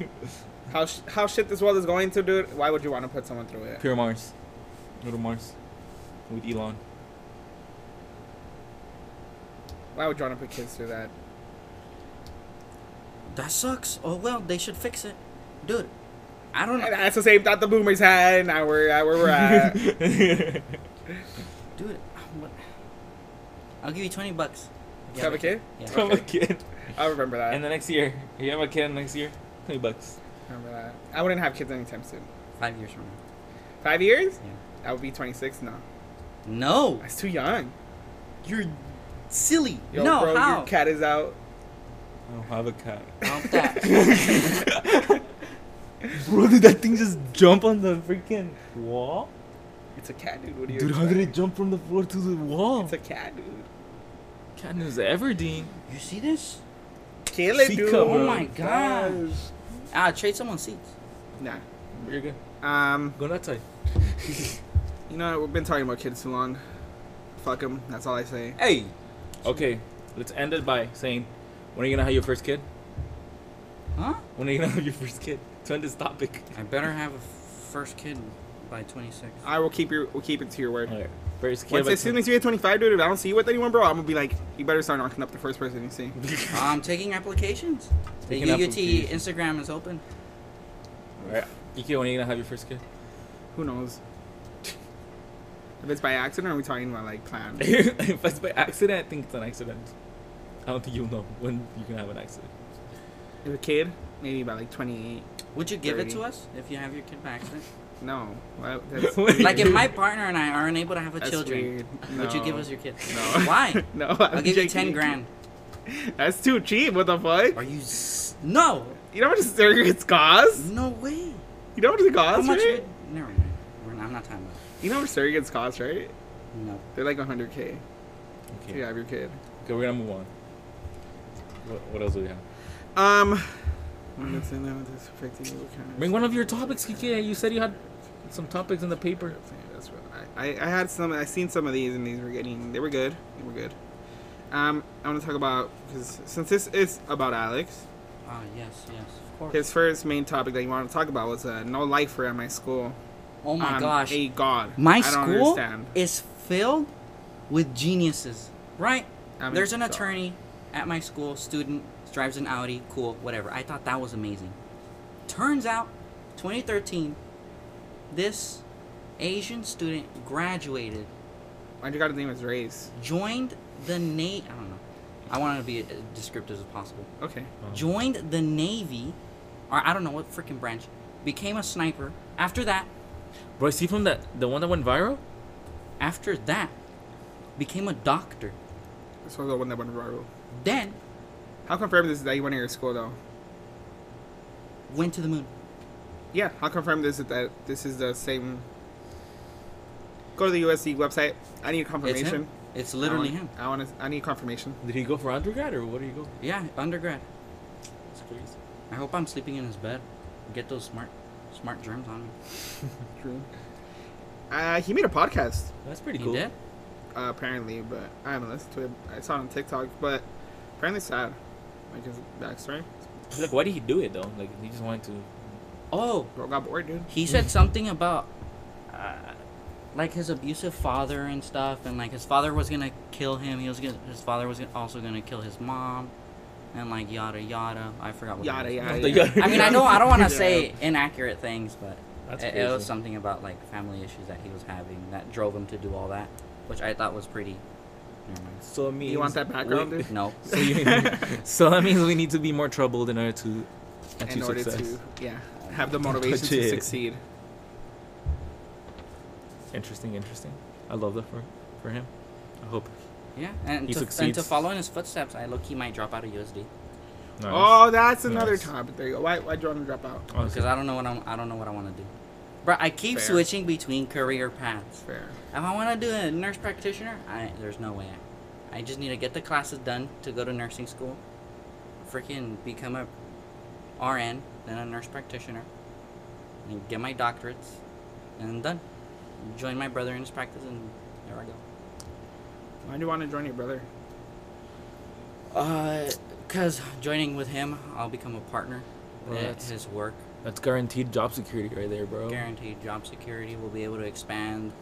Speaker 3: *laughs*
Speaker 2: not.
Speaker 4: *laughs*
Speaker 2: How sh- how shit this world is going to, dude? Why would you want to put someone through it?
Speaker 4: Pure Mars. Go to Mars. With Elon.
Speaker 2: Why would you want to put kids through that?
Speaker 3: That sucks. Oh well, they should fix it, dude. I don't
Speaker 2: And
Speaker 3: know,
Speaker 2: that's the same thought the boomers had. Now we're at where we're
Speaker 4: *laughs*
Speaker 2: at.
Speaker 3: dude. I'm- what- I'll give you twenty bucks. if you
Speaker 2: Have a kid?
Speaker 3: Yeah.
Speaker 4: From a kid.
Speaker 2: I remember that.
Speaker 4: And the next year, you have a kid next year, 20 bucks.
Speaker 2: I remember that. I wouldn't have kids anytime soon.
Speaker 3: Five years from now.
Speaker 2: Five years?
Speaker 3: Yeah.
Speaker 2: I would be 26 now.
Speaker 3: No,
Speaker 2: That's too young.
Speaker 3: you're silly.
Speaker 2: Yo,
Speaker 3: no,
Speaker 2: bro,
Speaker 3: how?
Speaker 2: your cat is out.
Speaker 4: I don't have a *laughs* cat.
Speaker 3: *laughs* How that?
Speaker 4: Bro, did that thing just jump on the freaking wall?
Speaker 2: It's a cat, dude. What do you
Speaker 4: Dude, how did it
Speaker 2: expect?
Speaker 4: jump from the floor to the wall?
Speaker 2: It's a cat, dude.
Speaker 4: cat news Everdeen.
Speaker 3: You see this?
Speaker 2: Kill it,
Speaker 4: She
Speaker 2: dude.
Speaker 4: covered.
Speaker 3: Oh my gosh. Ah, trade someone's seats.
Speaker 2: Nah.
Speaker 4: You're good.
Speaker 2: Um,
Speaker 4: Go that side.
Speaker 2: you know, we've been talking about kids too long. Fuck them. That's all I say.
Speaker 4: Hey! Okay, let's end it by saying, when are you gonna have your first kid?
Speaker 3: Huh?
Speaker 4: When are you gonna have your first kid? *laughs* To end this topic.
Speaker 3: I better have a first kid by twenty six.
Speaker 2: I will keep your, we'll keep it to your word.
Speaker 4: Alright, first kid.
Speaker 2: Once,
Speaker 4: by
Speaker 2: as soon as you're 25, dude, if I don't see you with anyone, bro, I'm gonna be like, you better start knocking up the first person you see.
Speaker 4: *laughs*
Speaker 3: I'm taking applications.
Speaker 4: Taking
Speaker 3: the UUT
Speaker 4: applications.
Speaker 3: Instagram is open.
Speaker 4: Alright, Kiki, E when are you gonna have your first kid? *laughs*
Speaker 2: Who knows? If it's by accident, are we talking about like plan?
Speaker 4: *laughs* if it's by accident, I think it's an accident. I don't think you'll know when you can have an accident.
Speaker 2: If a kid, maybe by like 28.
Speaker 3: Would you give it to
Speaker 2: Thirty.
Speaker 3: us if you have your kid by *laughs* accident?
Speaker 2: No. Why-
Speaker 4: *laughs*
Speaker 2: That's
Speaker 4: Like
Speaker 2: weird.
Speaker 3: Like if my partner and I are unable to have a
Speaker 2: That's
Speaker 3: children,
Speaker 2: weird.
Speaker 3: would you
Speaker 2: No.
Speaker 3: give us your kid?
Speaker 2: No.
Speaker 3: *laughs* Why?
Speaker 2: *laughs* no.
Speaker 3: I'll give you ten grand.
Speaker 2: That's too cheap. What the fuck?
Speaker 3: Are you? S- no,
Speaker 2: You know how much surrogates cost?
Speaker 3: no way.
Speaker 2: You know what it
Speaker 3: How
Speaker 2: costs,
Speaker 3: much?
Speaker 2: right?
Speaker 3: Would, never mind. We're not, I'm not talking about.
Speaker 2: You know what surrogates cost, right?
Speaker 3: It. No.
Speaker 2: They're like 100k.
Speaker 4: Okay.
Speaker 3: *laughs*
Speaker 2: Yeah, you have your kid.
Speaker 4: Okay, we're gonna move on. What, what else do we have?
Speaker 2: Um. when it's in there, it's affecting you, what kind of-
Speaker 4: Bring one of your topics, Kiki. You said you had some topics in the paper.
Speaker 2: That's what I, I, I had some. I seen some of these, and these were getting. They were good. They were good. Um, I want to talk about because since this is about Alex,
Speaker 3: Oh yes, yes, of course.
Speaker 2: his first main topic that he wanted to talk about was uh, no lifer at my school.
Speaker 3: oh my
Speaker 2: I'm
Speaker 3: gosh,
Speaker 2: um, a god.
Speaker 3: my
Speaker 2: I
Speaker 3: school
Speaker 2: don't understand.
Speaker 3: is filled with geniuses. Right?
Speaker 2: I mean,
Speaker 3: There's an
Speaker 2: so-
Speaker 3: attorney at my school. Student drives an Audi. Cool. Whatever. I thought that was amazing. Turns out, 2013, this Asian student graduated
Speaker 2: I forgot his name was race.
Speaker 3: joined the Navy. I don't know. I want to be as descriptive as possible.
Speaker 2: Okay.
Speaker 3: Joined the Navy, or I don't know what freaking branch. Became a sniper. After that,
Speaker 4: Bro, see from that the one that went viral.
Speaker 3: after that, became a doctor.
Speaker 2: This was the one that went viral.
Speaker 3: Then
Speaker 2: How confirmed is that you went to your school though?
Speaker 3: went to the moon.
Speaker 2: yeah, I'll confirm this that this is the same. Go to the USC website. I need
Speaker 3: It's
Speaker 2: confirmation.
Speaker 3: him. It's literally
Speaker 2: I want,
Speaker 3: him.
Speaker 2: I want to. I need confirmation.
Speaker 4: Did he go for undergrad or what did he go?
Speaker 3: Yeah, undergrad.
Speaker 4: It's crazy.
Speaker 3: I hope I'm sleeping in his bed. Get those smart, smart germs on me.
Speaker 2: True. Uh, he made a podcast
Speaker 4: That's pretty
Speaker 3: He
Speaker 4: cool.
Speaker 3: did?
Speaker 2: uh, apparently, but I haven't listened to it. I saw it on TikTok, but apparently it's sad. Like his backstory.
Speaker 4: Like, why did he do it though? Like, he just wanted to.
Speaker 3: Oh,
Speaker 2: Bro got bored, dude.
Speaker 3: he said something about, uh, like his abusive father and stuff, and like his father was gonna kill him. He was gonna, his father was gonna, also gonna kill his mom, and like yada yada. I forgot what. it
Speaker 2: Yada
Speaker 3: was.
Speaker 2: yada.
Speaker 3: *laughs*
Speaker 4: The
Speaker 2: yada.
Speaker 4: yada-
Speaker 3: I mean, I know I don't
Speaker 4: *laughs*
Speaker 3: want
Speaker 2: Yeah. *laughs*
Speaker 3: to say inaccurate things, but
Speaker 4: That's
Speaker 3: it,
Speaker 4: crazy.
Speaker 3: it was something about like family issues that he was having that drove him to do all that, which I thought was pretty. Never mind.
Speaker 4: so it means
Speaker 2: You want that background,
Speaker 4: we-
Speaker 2: dude?
Speaker 3: No.
Speaker 4: *laughs* So, *laughs* you, so that means we need to be more troubled in order to achieve
Speaker 2: In order
Speaker 4: success.
Speaker 2: to, yeah,
Speaker 3: *laughs*
Speaker 2: have the motivation to
Speaker 4: Legit.
Speaker 2: succeed.
Speaker 4: Interesting, interesting. I love that for for him. I hope.
Speaker 3: Yeah, and
Speaker 4: He
Speaker 3: to, and to
Speaker 4: succeeds.
Speaker 3: follow in his footsteps, I look he might drop out of USD
Speaker 4: Nice.
Speaker 2: Oh, that's another
Speaker 4: Nice.
Speaker 2: topic. There you go. Why, why do you want to drop out?
Speaker 4: Oh,
Speaker 3: because I don't know what I'm, I don't know what I want to do. Bro, I keep
Speaker 2: Fair.
Speaker 3: switching between career paths.
Speaker 2: Fair.
Speaker 3: If I want to do a nurse practitioner, I there's no way. I, I just need to get the classes done to go to nursing school, freaking become a RN, then a nurse practitioner, and get my doctorates, and I'm done. Join my brother in his practice, and there I go.
Speaker 2: Why do you want to join your brother?
Speaker 3: Uh, cause joining with him, I'll become a partner
Speaker 4: Well,
Speaker 3: at
Speaker 4: that's-
Speaker 3: his work.
Speaker 4: That's guaranteed job security right there, bro.
Speaker 3: Guaranteed job security. We'll be able to expand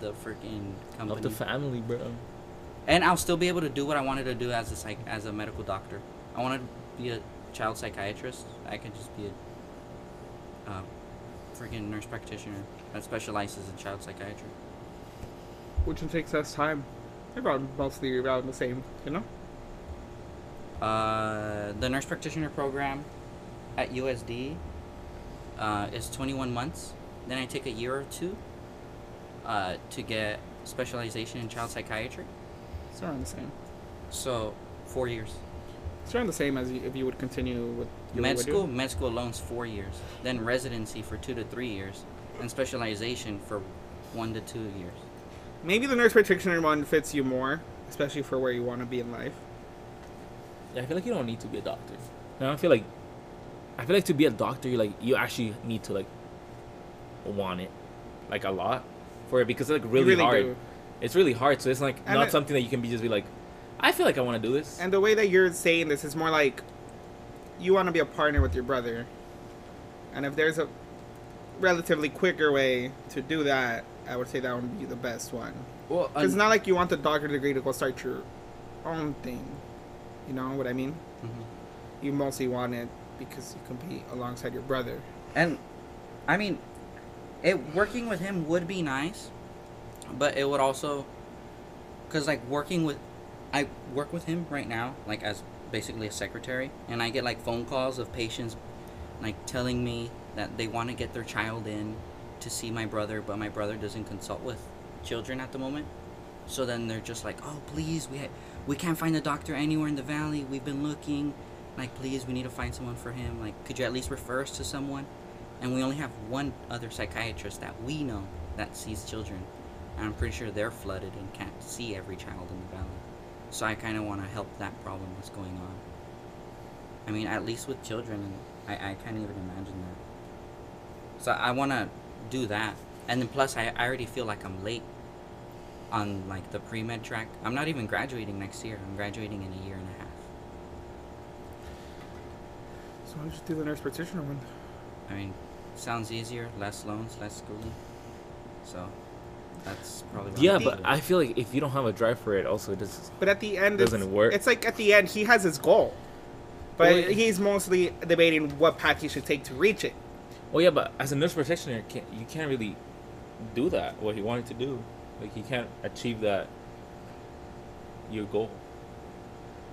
Speaker 3: the freaking
Speaker 4: Love
Speaker 3: company.
Speaker 4: the family, bro.
Speaker 3: and I'll still be able to do what I wanted to do as a psych- as a medical doctor. I want to be a child psychiatrist. I could just be a uh, freaking nurse practitioner that specializes in child psychiatry.
Speaker 2: Which one takes less time? They're about mostly about the same, you know?
Speaker 3: Uh, the nurse practitioner program at USD uh, is 21 months. Then I take a year or two uh, to get specialization in child psychiatry.
Speaker 2: It's around the same.
Speaker 3: So four years.
Speaker 2: It's around the same as you, if you would continue with your
Speaker 3: med
Speaker 2: what you do.
Speaker 3: school, med school alone's four years. Then residency for two to three years, and specialization for one to two years.
Speaker 2: Maybe the nurse practitioner one fits you more, especially for where you want to be in life.
Speaker 4: Yeah, I feel like you don't need to be a doctor. No, I feel like, I feel like to be a doctor, you like you actually need to like want it, like a lot, for it because it's like
Speaker 2: You
Speaker 4: really, hard.
Speaker 2: do.
Speaker 4: It's really hard, so it's like
Speaker 2: And
Speaker 4: not
Speaker 2: it-
Speaker 4: something that you can be just be like, I feel like I want to do this.
Speaker 2: And the way that you're saying this is more like you want to be a partner with your brother. And if there's a relatively quicker way to do that, I would say that would be the best one.
Speaker 3: Well,
Speaker 2: 'Cause it's not like you want the doctor degree to go start your own thing. You know what I mean?
Speaker 3: Mm-hmm.
Speaker 2: You mostly want it because you compete alongside your brother.
Speaker 3: And I mean, it working with him would be nice, but it would also cuz like working with I work with him right now like as basically a secretary and I get like phone calls of patients like telling me that they want to get their child in to see my brother, but my brother doesn't consult with children at the moment. So then they're just like, "Oh, please, we ha- we can't find a doctor anywhere in the valley. We've been looking. Like, please, we need to find someone for him. Like, could you at least refer us to someone?" And we only have one other psychiatrist that we know that sees children, and I'm pretty sure they're flooded and can't see every child in the valley. So I kind of want to help that problem that's going on. I mean, at least with children, I, I can't even imagine that. So I want to do that, and then plus, I, I already feel like I'm late on like the pre med track. I'm not even graduating next year. I'm graduating in a year and a half.
Speaker 2: So I just do the nurse practitioner one.
Speaker 3: I mean, sounds easier, less loans, less schooling. So that's probably what I'm
Speaker 4: Yeah,
Speaker 3: gonna
Speaker 4: but
Speaker 3: do.
Speaker 4: I feel like if you don't have a drive for it, also just
Speaker 2: But at the end, it's,
Speaker 4: Doesn't work.
Speaker 2: It's like at the end, he has his goal, but
Speaker 4: Well,
Speaker 2: he's mostly debating what path he should take to reach it.
Speaker 4: Well, yeah, but as a nurse practitioner, can't, you can't really do that. What he wanted to do, like he can't achieve that your goal.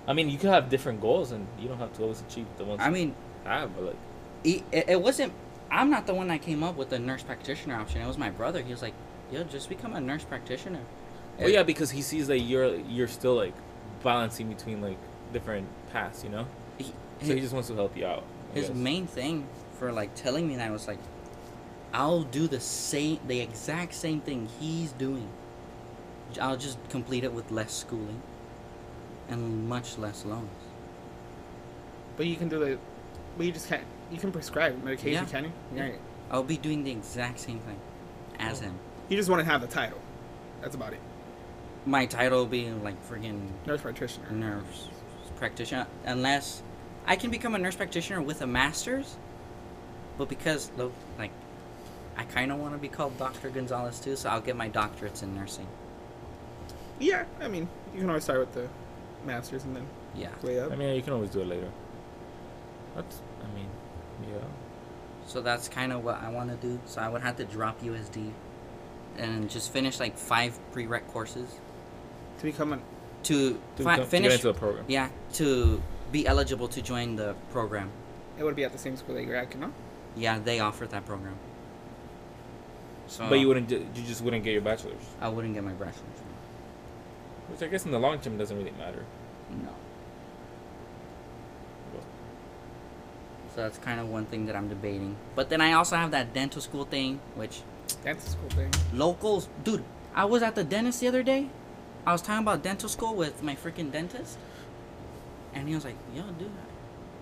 Speaker 4: I mean, you could have different goals, and you don't have to always achieve the ones.
Speaker 3: I mean,
Speaker 4: you have, but like,
Speaker 3: it, it it wasn't. I'm not the one that came up with the nurse practitioner option. It was my brother. He was like, "Yo, just become a nurse practitioner."
Speaker 4: well, Oh, yeah, because he sees that you're you're still like balancing between like different paths, you know.
Speaker 3: He-
Speaker 4: So he just wants to help you out. I
Speaker 3: His
Speaker 4: guess.
Speaker 3: main thing for like telling me that. I was like, I'll do the same, the exact same thing he's doing. J- I'll just complete it with less schooling and much less loans.
Speaker 2: But you can do the. But you just can't. You can prescribe medication,
Speaker 3: Yeah.
Speaker 2: can you?
Speaker 3: Yeah.
Speaker 2: Right.
Speaker 3: I'll be doing the exact same thing as
Speaker 4: Oh.
Speaker 3: him.
Speaker 2: You just want to have the title. That's about it.
Speaker 3: My title will be like freaking
Speaker 2: Nurse practitioner.
Speaker 4: Mm.
Speaker 3: nurse practitioner unless I can become a nurse practitioner with a master's. But because look, like I kind of want to be called Dr. Gonzalez too, so I'll get my doctorates in nursing.
Speaker 2: Yeah, I mean, you can always start with the masters and then
Speaker 3: Yeah.
Speaker 2: way up.
Speaker 4: I mean, you can always do it later. That's, I mean, yeah.
Speaker 3: So that's kind of what I want to do. So I would have to drop USD and just finish like five prereq courses
Speaker 2: to become an
Speaker 3: to,
Speaker 4: To
Speaker 3: fi-
Speaker 4: come- to get
Speaker 3: finish
Speaker 4: into the program.
Speaker 3: Yeah, to be eligible to join the program.
Speaker 2: it would be at the same school that you're at, you know?
Speaker 3: Yeah, they offered that program. So
Speaker 4: But you wouldn't, ju- you just wouldn't get your bachelor's,
Speaker 3: I wouldn't get my bachelor's.
Speaker 4: which I guess in the long term doesn't really matter.
Speaker 3: No. So that's kind of one thing that I'm debating. But then I also have that dental school thing, which
Speaker 2: That's a school thing.
Speaker 3: locals, dude. I was at the dentist the other day. I was talking about dental school with my freaking dentist, and he was like, "Yo, dude,"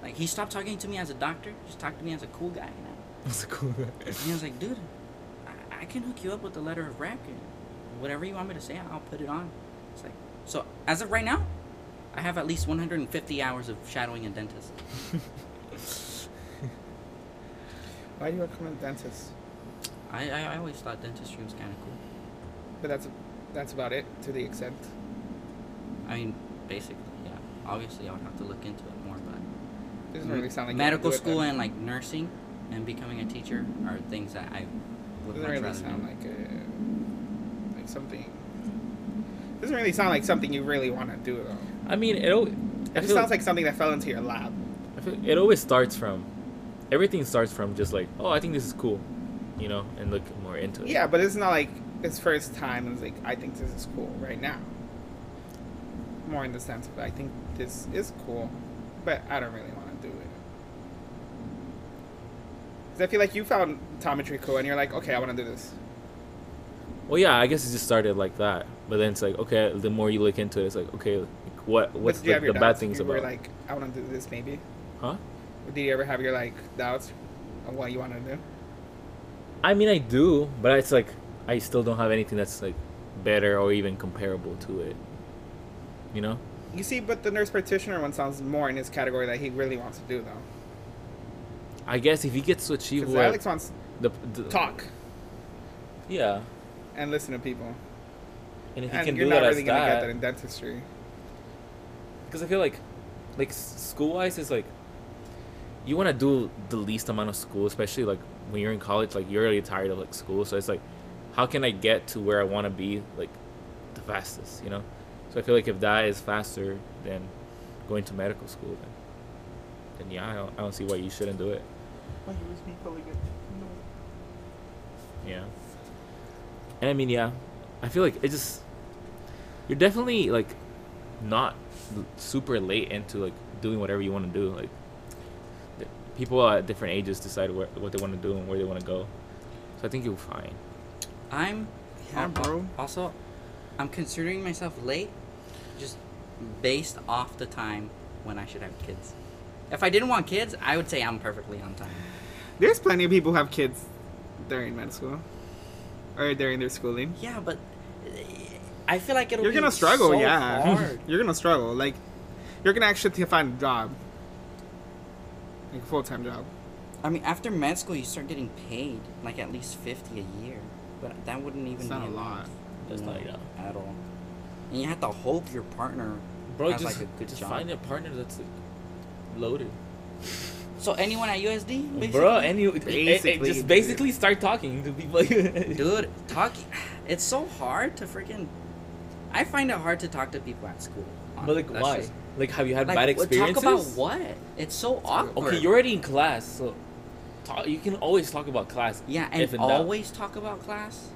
Speaker 3: like he stopped talking to me as a doctor, just talked to me as a cool guy now.
Speaker 4: That's cool.
Speaker 3: And he was like, dude, I, I can hook you up with the letter of rec and whatever you want me to say, I'll put it on. It's like, so as of right now, I have at least 150 hours of shadowing a dentist.
Speaker 2: Why do you become a dentist?
Speaker 3: I, I, I always thought dentistry was kind of cool.
Speaker 2: But that's that's about it to the extent.
Speaker 3: I mean, basically, yeah. Obviously, I would have to look into it more, but
Speaker 2: It doesn't really sound like you
Speaker 3: Mm-hmm.
Speaker 2: would
Speaker 3: medical
Speaker 2: do it
Speaker 3: school
Speaker 2: then.
Speaker 3: and like nursing and becoming a teacher are things that I would
Speaker 2: doesn't
Speaker 3: much
Speaker 2: really
Speaker 3: rather
Speaker 2: sound
Speaker 3: do.
Speaker 2: like a like something. Doesn't really sound like something you really want to do though.
Speaker 4: I mean, it'll.
Speaker 2: It just sounds like something that fell into your lap.
Speaker 4: I feel it always starts from everything starts from just like oh I think this is cool, you know, and look more into it.
Speaker 2: Yeah, but it's not like it's first time. It's like I think this is cool right now. More in the sense of I think this is cool, but I don't really want to do it. 'Cause I feel like you found optometry cool, and you're like, okay, I want to do this.
Speaker 4: Well, yeah, I guess it just started like that, but then it's like okay, the more you look into it, it's like okay, like, what
Speaker 2: But
Speaker 4: what's
Speaker 2: did you
Speaker 4: the,
Speaker 2: have your
Speaker 4: the bad
Speaker 2: doubts if
Speaker 4: things
Speaker 2: you were
Speaker 4: about?
Speaker 2: like, I want to do this maybe.
Speaker 4: huh?
Speaker 2: Did you ever have your like doubts on what you want to do?
Speaker 4: I mean, I do, but it's like I still don't have anything that's like better or even comparable to it. You know?
Speaker 2: You see, but the nurse practitioner one sounds more in his category that he really wants to do though.
Speaker 4: I guess if he gets to achieve
Speaker 2: Because
Speaker 4: what
Speaker 2: Alex wants
Speaker 4: the, the
Speaker 2: talk
Speaker 4: yeah,
Speaker 2: and listen to people,
Speaker 4: and if he
Speaker 2: and
Speaker 4: can
Speaker 2: you're
Speaker 4: do
Speaker 2: not
Speaker 4: that
Speaker 2: really
Speaker 4: as
Speaker 2: gonna get
Speaker 4: that,
Speaker 2: that in dentistry.
Speaker 4: because I feel like, like school wise is like, you want to do the least amount of school, especially like when you're in college. Like you're already tired of like school, so it's like, how can I get to where I want to be like, the fastest? You know, so I feel like if that is faster than going to medical school, then, then yeah, I don't, I don't see why you shouldn't do it. Yeah. And I mean, yeah, I feel like it just you're definitely like not l- super late into like doing whatever you want to do. Like th- people at different ages decide where, what they want to do and where they want to go. So I think you're fine.
Speaker 3: I'm
Speaker 2: Yeah,
Speaker 3: al-
Speaker 2: bro.
Speaker 3: Uh, Also, I'm considering myself late just based off the time when I should have kids. If I didn't want kids, I would say I'm perfectly on time.
Speaker 2: There's plenty of people who have kids during med school or during their schooling.
Speaker 3: Yeah, but uh, I feel like it'll
Speaker 2: You're
Speaker 3: be
Speaker 2: gonna struggle,
Speaker 3: so
Speaker 2: yeah.
Speaker 3: *laughs* hard.
Speaker 2: You're gonna struggle. Like, you're gonna actually have to find a job, like a full time job.
Speaker 3: I mean, after med school, you start getting paid like at least 50 a year, but that wouldn't even
Speaker 2: It's
Speaker 3: be
Speaker 2: not a lot.
Speaker 3: enough.
Speaker 4: That's
Speaker 3: No,
Speaker 4: not enough.
Speaker 3: at all. And you have to hope your partner has like a good job.
Speaker 4: a partner that's like, loaded.
Speaker 3: So anyone at USD, basically?
Speaker 4: Bro, and you
Speaker 2: Basically,
Speaker 4: just
Speaker 2: dude.
Speaker 4: basically start talking to people. *laughs*
Speaker 3: dude talk it's so hard to freaking i find it hard to talk to people at school
Speaker 4: But like,
Speaker 3: That's
Speaker 4: why?
Speaker 3: just-
Speaker 4: like, have you had
Speaker 3: like,
Speaker 4: bad
Speaker 3: what-
Speaker 4: experiences?
Speaker 3: talk about what it's so awkward
Speaker 4: Okay, you're already in class, so talk, you can always talk about class.
Speaker 3: yeah and
Speaker 4: if in doubt.
Speaker 3: always talk about class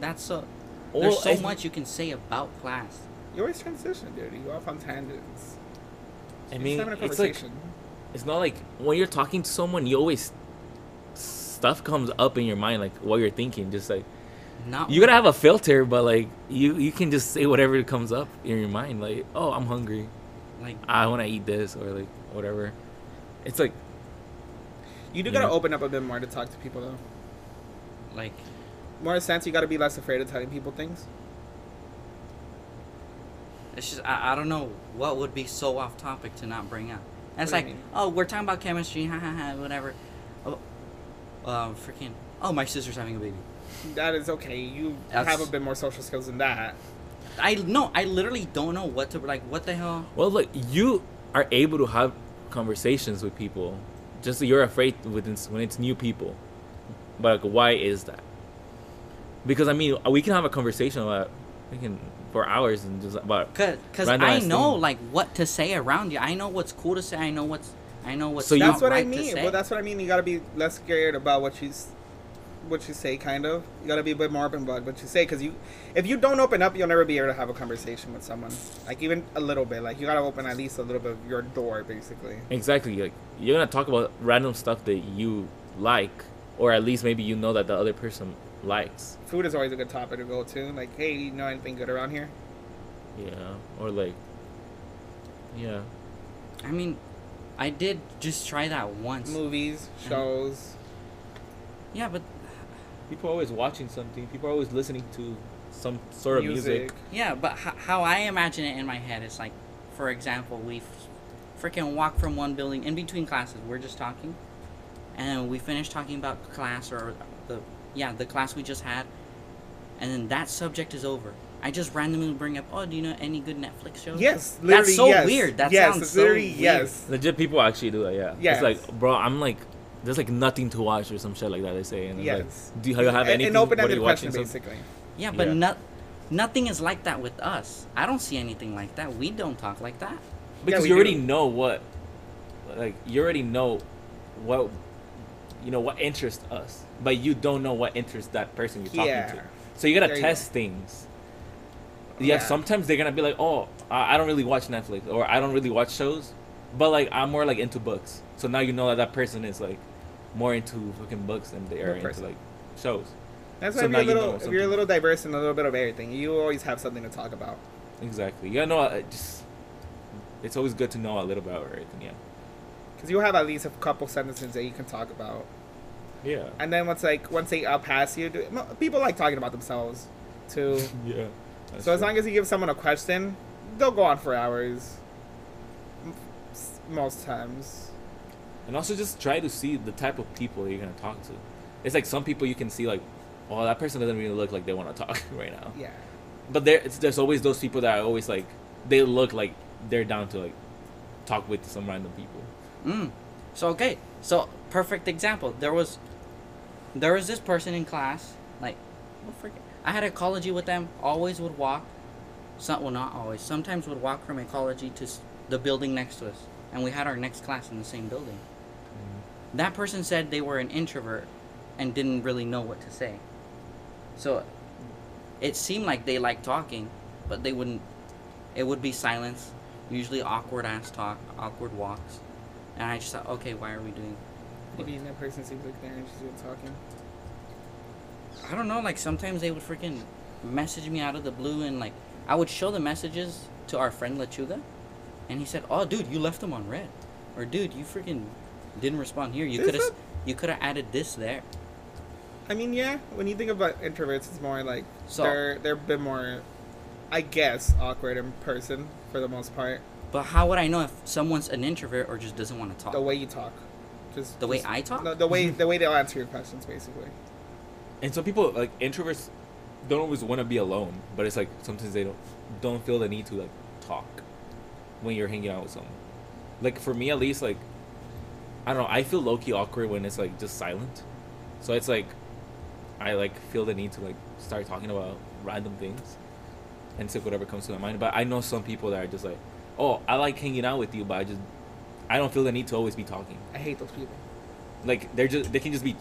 Speaker 3: that's so
Speaker 4: Or
Speaker 3: there's so
Speaker 4: if-
Speaker 3: much you can say about class
Speaker 2: You always transition, dude. You go off on tangents.
Speaker 4: I
Speaker 2: You're just
Speaker 4: mean,
Speaker 2: having a
Speaker 4: it's like
Speaker 2: conversation.
Speaker 4: it's not like when you're talking to someone, you always stuff comes up in your mind, like what you're thinking. Just like
Speaker 3: Not
Speaker 4: you gotta have a filter, but like you you can just say whatever comes up in your mind. Like oh, I'm hungry.
Speaker 3: like
Speaker 4: I want to eat this or like whatever. It's like
Speaker 2: You do
Speaker 4: You
Speaker 2: gotta
Speaker 4: know?
Speaker 2: open up a bit more to talk to people though.
Speaker 3: like
Speaker 2: More sense, you gotta be less afraid of telling people things.
Speaker 3: it's just I, I don't know what would be so off topic to not bring up. And it's
Speaker 2: What do you
Speaker 3: like
Speaker 2: mean?
Speaker 3: oh we're talking about chemistry, ha ha ha, whatever. Oh, uh, freaking oh my sister's having a baby.
Speaker 2: That is okay. You
Speaker 3: That's-
Speaker 2: have a bit more social skills than that.
Speaker 3: I no I literally don't know what to like what the hell.
Speaker 4: well, like you are able to have conversations with people. Just you're afraid when it's, when it's new people, but like why is that? Because I mean, we can have a conversation about we can for hours and just about
Speaker 3: Cause, cause
Speaker 4: Random
Speaker 3: I
Speaker 4: ass
Speaker 3: know
Speaker 4: thing.
Speaker 3: like what to say around you. I know what's cool to say. I know what's I know what's
Speaker 4: So you-
Speaker 2: that's
Speaker 3: not
Speaker 2: what
Speaker 3: right
Speaker 2: I
Speaker 3: to
Speaker 2: mean.
Speaker 3: say.
Speaker 2: Well, that's what I mean. You gotta be less scared about what you, s- what you say. Kind of. You gotta be a bit more open about what you say, because you, if you don't open up, you'll never be able to have a conversation with someone. Like even a little bit. Like you gotta open at least a little bit of your door, basically.
Speaker 4: Exactly. Like you're gonna talk about random stuff that you like, or at least maybe you know that the other person likes.
Speaker 2: Food is always a good topic to go to. Like, hey, you know anything good around here?
Speaker 4: Yeah. Or like. Yeah.
Speaker 3: I mean, I did just try that once.
Speaker 2: Movies,
Speaker 4: Mm-hmm.
Speaker 2: shows.
Speaker 3: Yeah, but
Speaker 4: People are always watching something. People are always listening to some sort of music.
Speaker 3: yeah, but h- how I imagine it in my head is like, for example, we f- freaking walk from one building in between classes. We're just talking, and we finish talking about class or the yeah the class we just had, and then that subject is over. I just randomly bring up, oh, do you know any good Netflix shows?
Speaker 2: Yes, literally.
Speaker 3: That's so
Speaker 2: yes.
Speaker 3: weird. That
Speaker 2: yes,
Speaker 3: sounds
Speaker 2: it's
Speaker 3: so
Speaker 2: literally
Speaker 3: weird.
Speaker 2: yes.
Speaker 4: Legit, people actually do that. Yeah.
Speaker 2: Yes.
Speaker 4: It's like, bro, I'm like, there's like nothing to watch or some shit like that. They say. And it's
Speaker 2: Yes.
Speaker 4: Like, do you
Speaker 2: An-
Speaker 4: have anything?
Speaker 2: An
Speaker 4: what are
Speaker 2: open-ended
Speaker 4: you
Speaker 2: question,
Speaker 4: watching? Some-
Speaker 2: basically.
Speaker 3: Yeah, but
Speaker 4: Yeah.
Speaker 3: no- nothing is like that with us. I don't see anything like that. We don't talk like that.
Speaker 4: because
Speaker 2: we
Speaker 4: you already
Speaker 2: do.
Speaker 4: know what, like, you already know what, you know what interests us, but you don't know what interests that person you're talking
Speaker 2: Yeah.
Speaker 4: to. So you gotta
Speaker 2: There you
Speaker 4: test things. Yeah,
Speaker 2: Yeah.
Speaker 4: sometimes they're gonna be like, oh, I, I don't really watch Netflix or I don't really watch shows, but like I'm more like into books. So now you know that that person is like more into fucking books than they
Speaker 2: What
Speaker 4: are into
Speaker 2: person?
Speaker 4: like shows.
Speaker 2: That's
Speaker 4: So
Speaker 2: why if
Speaker 4: now
Speaker 2: you're a
Speaker 4: you know
Speaker 2: little, if you're a
Speaker 4: something.
Speaker 2: little diverse and a little bit of everything, you always have something to talk about.
Speaker 4: Exactly. Yeah, no, I uh, just it's always good to know a little about everything. Yeah.
Speaker 2: Because you have at least a couple sentences that you can talk about.
Speaker 4: Yeah.
Speaker 2: And then once like once they outpass you, do- mo- people like talking about themselves, too.
Speaker 4: Yeah.
Speaker 2: so
Speaker 4: *laughs* That's
Speaker 2: as
Speaker 4: true.
Speaker 2: long as you give someone a question, they'll go on for hours. M- s- Most times.
Speaker 4: And also just try to see the type of people you're gonna talk to. It's like some people you can see like, oh, that person doesn't really look like they want to talk *laughs* right now.
Speaker 2: Yeah.
Speaker 4: But there, it's, there's always those people that are always like, they look like they're down to like talk with some random people.
Speaker 3: Mm. So okay, so perfect example. There was, there was this person in class. Like, well, forget. I had ecology with them. Always would walk. Some well, not always. Sometimes would walk from ecology to s- the building next to us, and we had our next class in the same building. That person said they were an introvert, and didn't really know what to say. So, it seemed like they liked talking, but they wouldn't. It would be silence, usually awkward ass talk, awkward walks. And I just thought, okay, why are we doing?
Speaker 2: Maybe that person seems like they're interested in talking.
Speaker 3: I don't know. Like sometimes they would freaking message me out of the blue, and like I would show the messages to our friend Lechuga, and he said, "Oh, dude, you left them on red," or "Dude, you freaking didn't respond here. You
Speaker 2: Is
Speaker 3: could have,
Speaker 2: it?
Speaker 3: you could have added this there."
Speaker 2: I mean, yeah. When you think about introverts, it's more like
Speaker 3: So-
Speaker 2: they're they're a bit more, I guess, awkward in person for the most part.
Speaker 3: But how would I know if someone's an introvert or just doesn't want to talk?
Speaker 2: The way you talk, just
Speaker 3: Oh. The way
Speaker 2: just-
Speaker 3: I talk?
Speaker 2: No, the way the way they'll answer your questions, basically.
Speaker 4: And some people like introverts don't always want to be alone, but it's like sometimes they don't don't feel the need to like talk when you're hanging out with someone. Like for me at least, like I don't know, I feel low key awkward when it's like just silent. So it's like I like feel the need to like start talking about random things and say whatever comes to my mind. But I know some people that are just like, oh, I like hanging out with you, but I just I don't feel the need to always be talking
Speaker 2: I hate those people.
Speaker 4: like they're just they can just be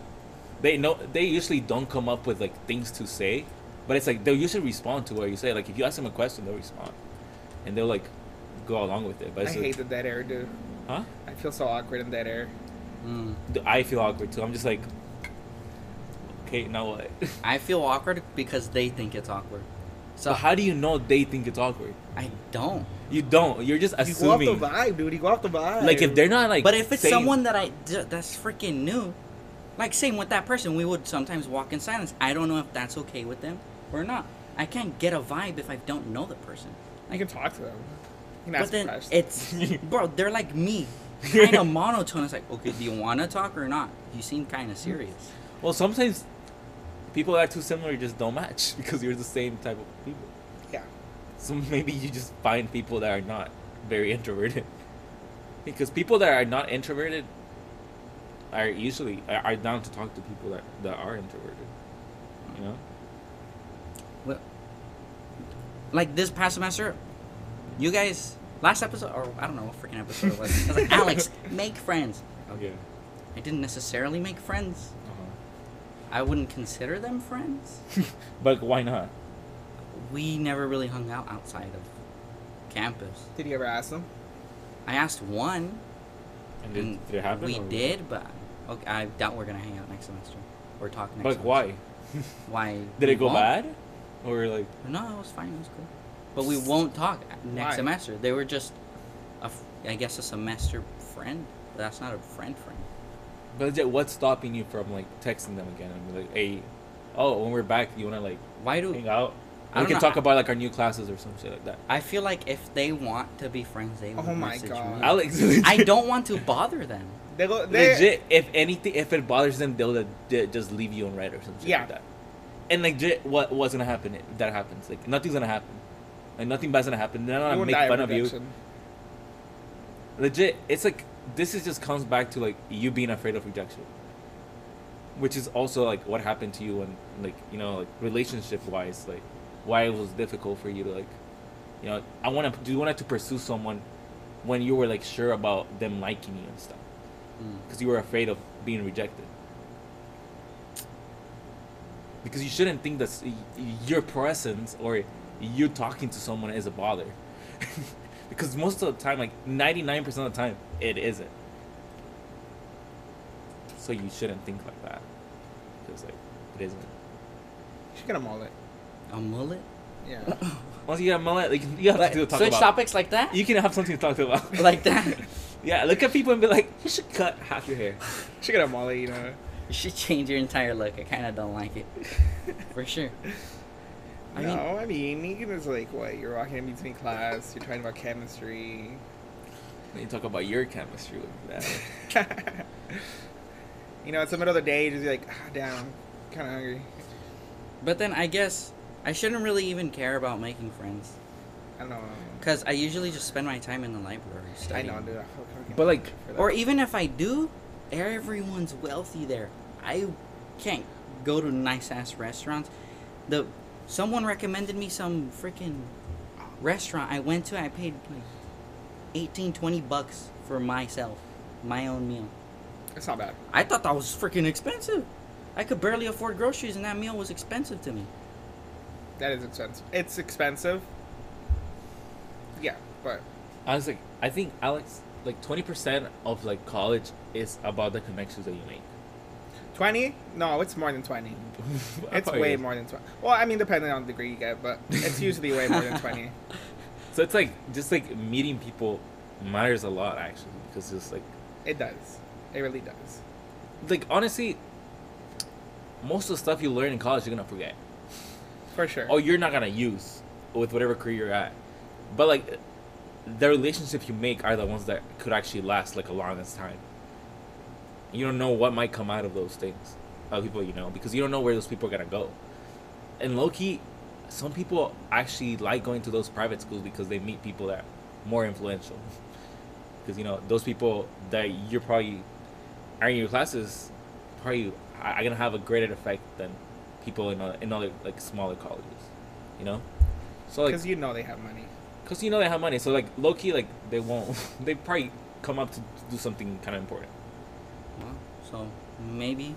Speaker 4: they know they usually don't come up with like things to say but it's like they'll usually respond to what you say like if you ask them a question they'll respond and they'll like go along with it but
Speaker 2: I
Speaker 4: it's like,
Speaker 2: hate the dead air, dude.
Speaker 4: huh
Speaker 2: I feel so awkward in dead air.
Speaker 3: Mm.
Speaker 4: D- i feel awkward too i'm just like okay, now what? *laughs*
Speaker 3: I feel awkward because they think it's awkward.
Speaker 4: So how do you know they think it's awkward?
Speaker 3: I don't.
Speaker 4: You don't. You're just
Speaker 2: You go off the
Speaker 4: assuming.
Speaker 2: vibe, dude. You go off the vibe.
Speaker 4: Like if they're not like.
Speaker 3: But if it's
Speaker 4: saying-
Speaker 3: someone that I d- that's freaking new, like same with that person, we would sometimes walk in silence. I don't know if that's okay with them or not. I can't get a vibe if I don't know the person.
Speaker 2: you can talk to them. You can
Speaker 3: But
Speaker 2: ask
Speaker 3: then
Speaker 2: questions.
Speaker 3: it's bro, they're like me, kind of monotone. It's like, okay, do you want to talk or not? You seem kind of serious.
Speaker 4: Well, sometimes people that are too similar just don't match *laughs* because you're the same type of people.
Speaker 2: yeah.
Speaker 4: So maybe you just find people that are not very introverted. Because people that are not introverted are usually are are down to talk to people that, that are introverted. You know?
Speaker 3: Well, like this past semester, you guys last episode or I don't know what freaking episode it was. I was like, Alex, make friends.
Speaker 4: Okay.
Speaker 3: I didn't necessarily make friends.
Speaker 4: Uh-huh.
Speaker 3: I wouldn't consider them friends.
Speaker 4: But why not?
Speaker 3: We never really hung out outside of campus.
Speaker 2: Did you ever ask them?
Speaker 3: I asked one,
Speaker 4: And did,
Speaker 3: and
Speaker 4: did it happen?
Speaker 3: Mm, we
Speaker 4: or-
Speaker 3: did, but okay, I doubt we're gonna hang out next semester or talk next.
Speaker 4: But
Speaker 3: semester.
Speaker 4: why?
Speaker 3: Why
Speaker 4: Did
Speaker 3: we
Speaker 4: it go
Speaker 3: won't.
Speaker 4: bad? Or like
Speaker 3: No, it was fine. It was cool. But we won't talk next
Speaker 2: Why?
Speaker 3: semester. They were just, a f I guess, a semester friend. But that's not a friend friend.
Speaker 4: but is it- what's stopping you from like texting them again and be like, hey, oh, when we're back, you wanna like
Speaker 3: Why do
Speaker 4: hang out?
Speaker 3: I
Speaker 4: we
Speaker 3: don't
Speaker 4: can
Speaker 3: know,
Speaker 4: talk
Speaker 3: I-
Speaker 4: about like our new classes or some shit like that.
Speaker 3: I feel like if they want to be friends, they would
Speaker 2: Oh my
Speaker 3: message
Speaker 2: God.
Speaker 3: me.
Speaker 4: Alex,
Speaker 3: *laughs*
Speaker 4: *laughs*
Speaker 3: I don't want to bother them.
Speaker 2: They go. They,
Speaker 4: legit, if anything, if it bothers them, they'll le- de- just leave you on red or something
Speaker 2: Yeah.
Speaker 4: like that. And legit, what what's gonna happen if that happens? Like nothing's gonna happen. Like nothing bad's gonna happen. They're not
Speaker 2: you
Speaker 4: gonna
Speaker 2: won't
Speaker 4: make
Speaker 2: die of
Speaker 4: fun of you.
Speaker 2: rejection.
Speaker 4: Legit, it's like this is just comes back to like you being afraid of rejection, which is also like what happened to you and like you know like relationship wise, like why it was difficult for you to like, you know, I want to do you wanted to pursue someone when you were like sure about them liking you and stuff
Speaker 3: Mm.
Speaker 4: because you were afraid of being rejected. Because you shouldn't think that your presence or you talking to someone is a bother. *laughs* because most of the time, like 99% of the time, it isn't. So you shouldn't think like that. Because, like, it isn't.
Speaker 2: You should get a mullet.
Speaker 3: A mullet.
Speaker 2: Yeah.
Speaker 4: Once you get a mullet, like, you have
Speaker 3: Like,
Speaker 4: something to talk
Speaker 3: switch
Speaker 4: about.
Speaker 3: topics like that.
Speaker 4: You can have something to talk about. *laughs*
Speaker 3: like that.
Speaker 4: yeah, look at people and be like, you should cut half your hair.
Speaker 2: You should get a mullet. You know.
Speaker 3: You *laughs* should change your entire look. I kind of don't like
Speaker 2: *laughs*
Speaker 3: it. For sure. I
Speaker 2: no,
Speaker 3: mean-
Speaker 2: I mean, you can just like what you're walking in between class. You're talking about chemistry.
Speaker 4: And you talk about your chemistry with that.
Speaker 2: *laughs* you know, it's the middle of the day. Just be like, ah, damn, kind of hungry.
Speaker 3: But then I guess I shouldn't really even care about making friends.
Speaker 2: I don't know.
Speaker 3: Because I usually just spend my time in the library
Speaker 2: I
Speaker 3: studying.
Speaker 2: know, dude. I fucking-
Speaker 4: But, like,
Speaker 2: for that.
Speaker 3: Or even if I do, everyone's wealthy there. I can't go to nice ass restaurants. The someone recommended me some freaking restaurant I went to. I paid like 18, 20 bucks for myself, my own meal.
Speaker 2: it's not bad.
Speaker 3: I thought that was freaking expensive. I could barely afford groceries, and that meal was expensive to me.
Speaker 2: That is expensive. It's expensive. Yeah, but
Speaker 4: I was like, I think Alex, like twenty percent of like college is about the connections that you make.
Speaker 2: twenty? No, it's more than twenty. It's
Speaker 4: Probably
Speaker 2: way
Speaker 4: is.
Speaker 2: more than twenty. Well, I mean, depending on the degree you get, but it's usually way more
Speaker 4: *laughs*
Speaker 2: than twenty.
Speaker 4: So it's like just like meeting people matters a lot actually because it's like,
Speaker 2: It does. It really does.
Speaker 4: like honestly, most of the stuff you learn in college you're gonna forget.
Speaker 2: For sure.
Speaker 4: Oh, you're not gonna use with whatever career you're at, but like the relationships you make are the ones that could actually last like a longest time. You don't know what might come out of those things, of people you know, because you don't know where those people are gonna go. And low key, some people actually like going to those private schools because they meet people that are more influential. *laughs* Because you know those people that you're probably are in your classes probably are are gonna have a greater effect than people in other, in other like smaller colleges, you know. So like
Speaker 2: Because you know they have money.
Speaker 4: Cause you know they have money, so like low key, like they won't. *laughs* they probably come up to do something kind of important.
Speaker 3: Wow. So maybe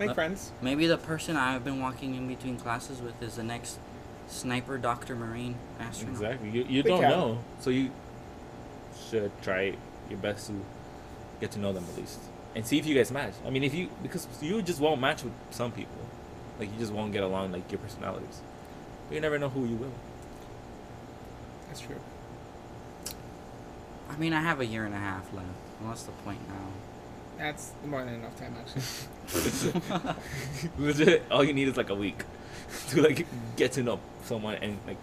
Speaker 2: Make
Speaker 4: Uh,
Speaker 2: friends.
Speaker 3: Maybe the person I've been walking in between classes with is the next sniper Dr. Marine astronaut.
Speaker 4: Exactly. You you
Speaker 2: They
Speaker 4: don't
Speaker 2: can.
Speaker 4: know, so you should try your best to get to know them at least and see if you guys match. I mean, if you because you just won't match with some people. Like you just won't get along like your personalities. You never know who you will.
Speaker 2: That's true.
Speaker 3: I mean, I have a year and a half left. What's the point now?
Speaker 2: That's more than enough time, actually.
Speaker 4: Legit, *laughs* all you need is like a week *laughs* to like get to know someone and like.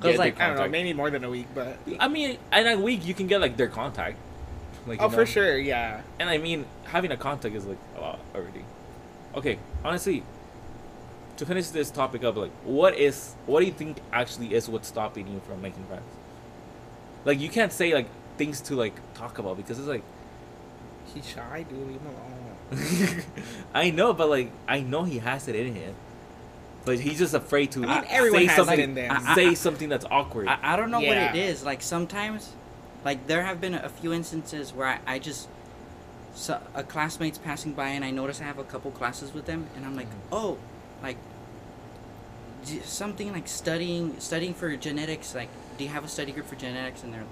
Speaker 3: 'Cause,
Speaker 4: their
Speaker 3: like,
Speaker 2: I don't know,
Speaker 4: contact.
Speaker 2: maybe more than a week, but
Speaker 4: I mean, in a week you can get like their contact. Like,
Speaker 2: oh,
Speaker 4: you know?
Speaker 2: for sure, yeah.
Speaker 4: And I mean, having a contact is like a lot already. Okay, honestly, to finish this topic up, like, what is, what do you think actually is what's stopping you from making friends? Like, you can't say like things to like talk about because it's like, *laughs*
Speaker 2: He's shy, dude. Leave him alone.
Speaker 4: I know, but like, I know he has it in him, but he's just afraid to
Speaker 2: I mean, everyone
Speaker 4: say
Speaker 2: has it
Speaker 4: something,
Speaker 2: in them.
Speaker 4: I- I- *laughs* say something that's awkward.
Speaker 3: I, I don't know
Speaker 2: Yeah.
Speaker 3: what it is. Like sometimes, like there have been a few instances where I, I just so a classmate's passing by and I notice I have a couple classes with them, and I'm like, oh, like d- something like studying studying for genetics. Like, do you have a study group for genetics? And they're,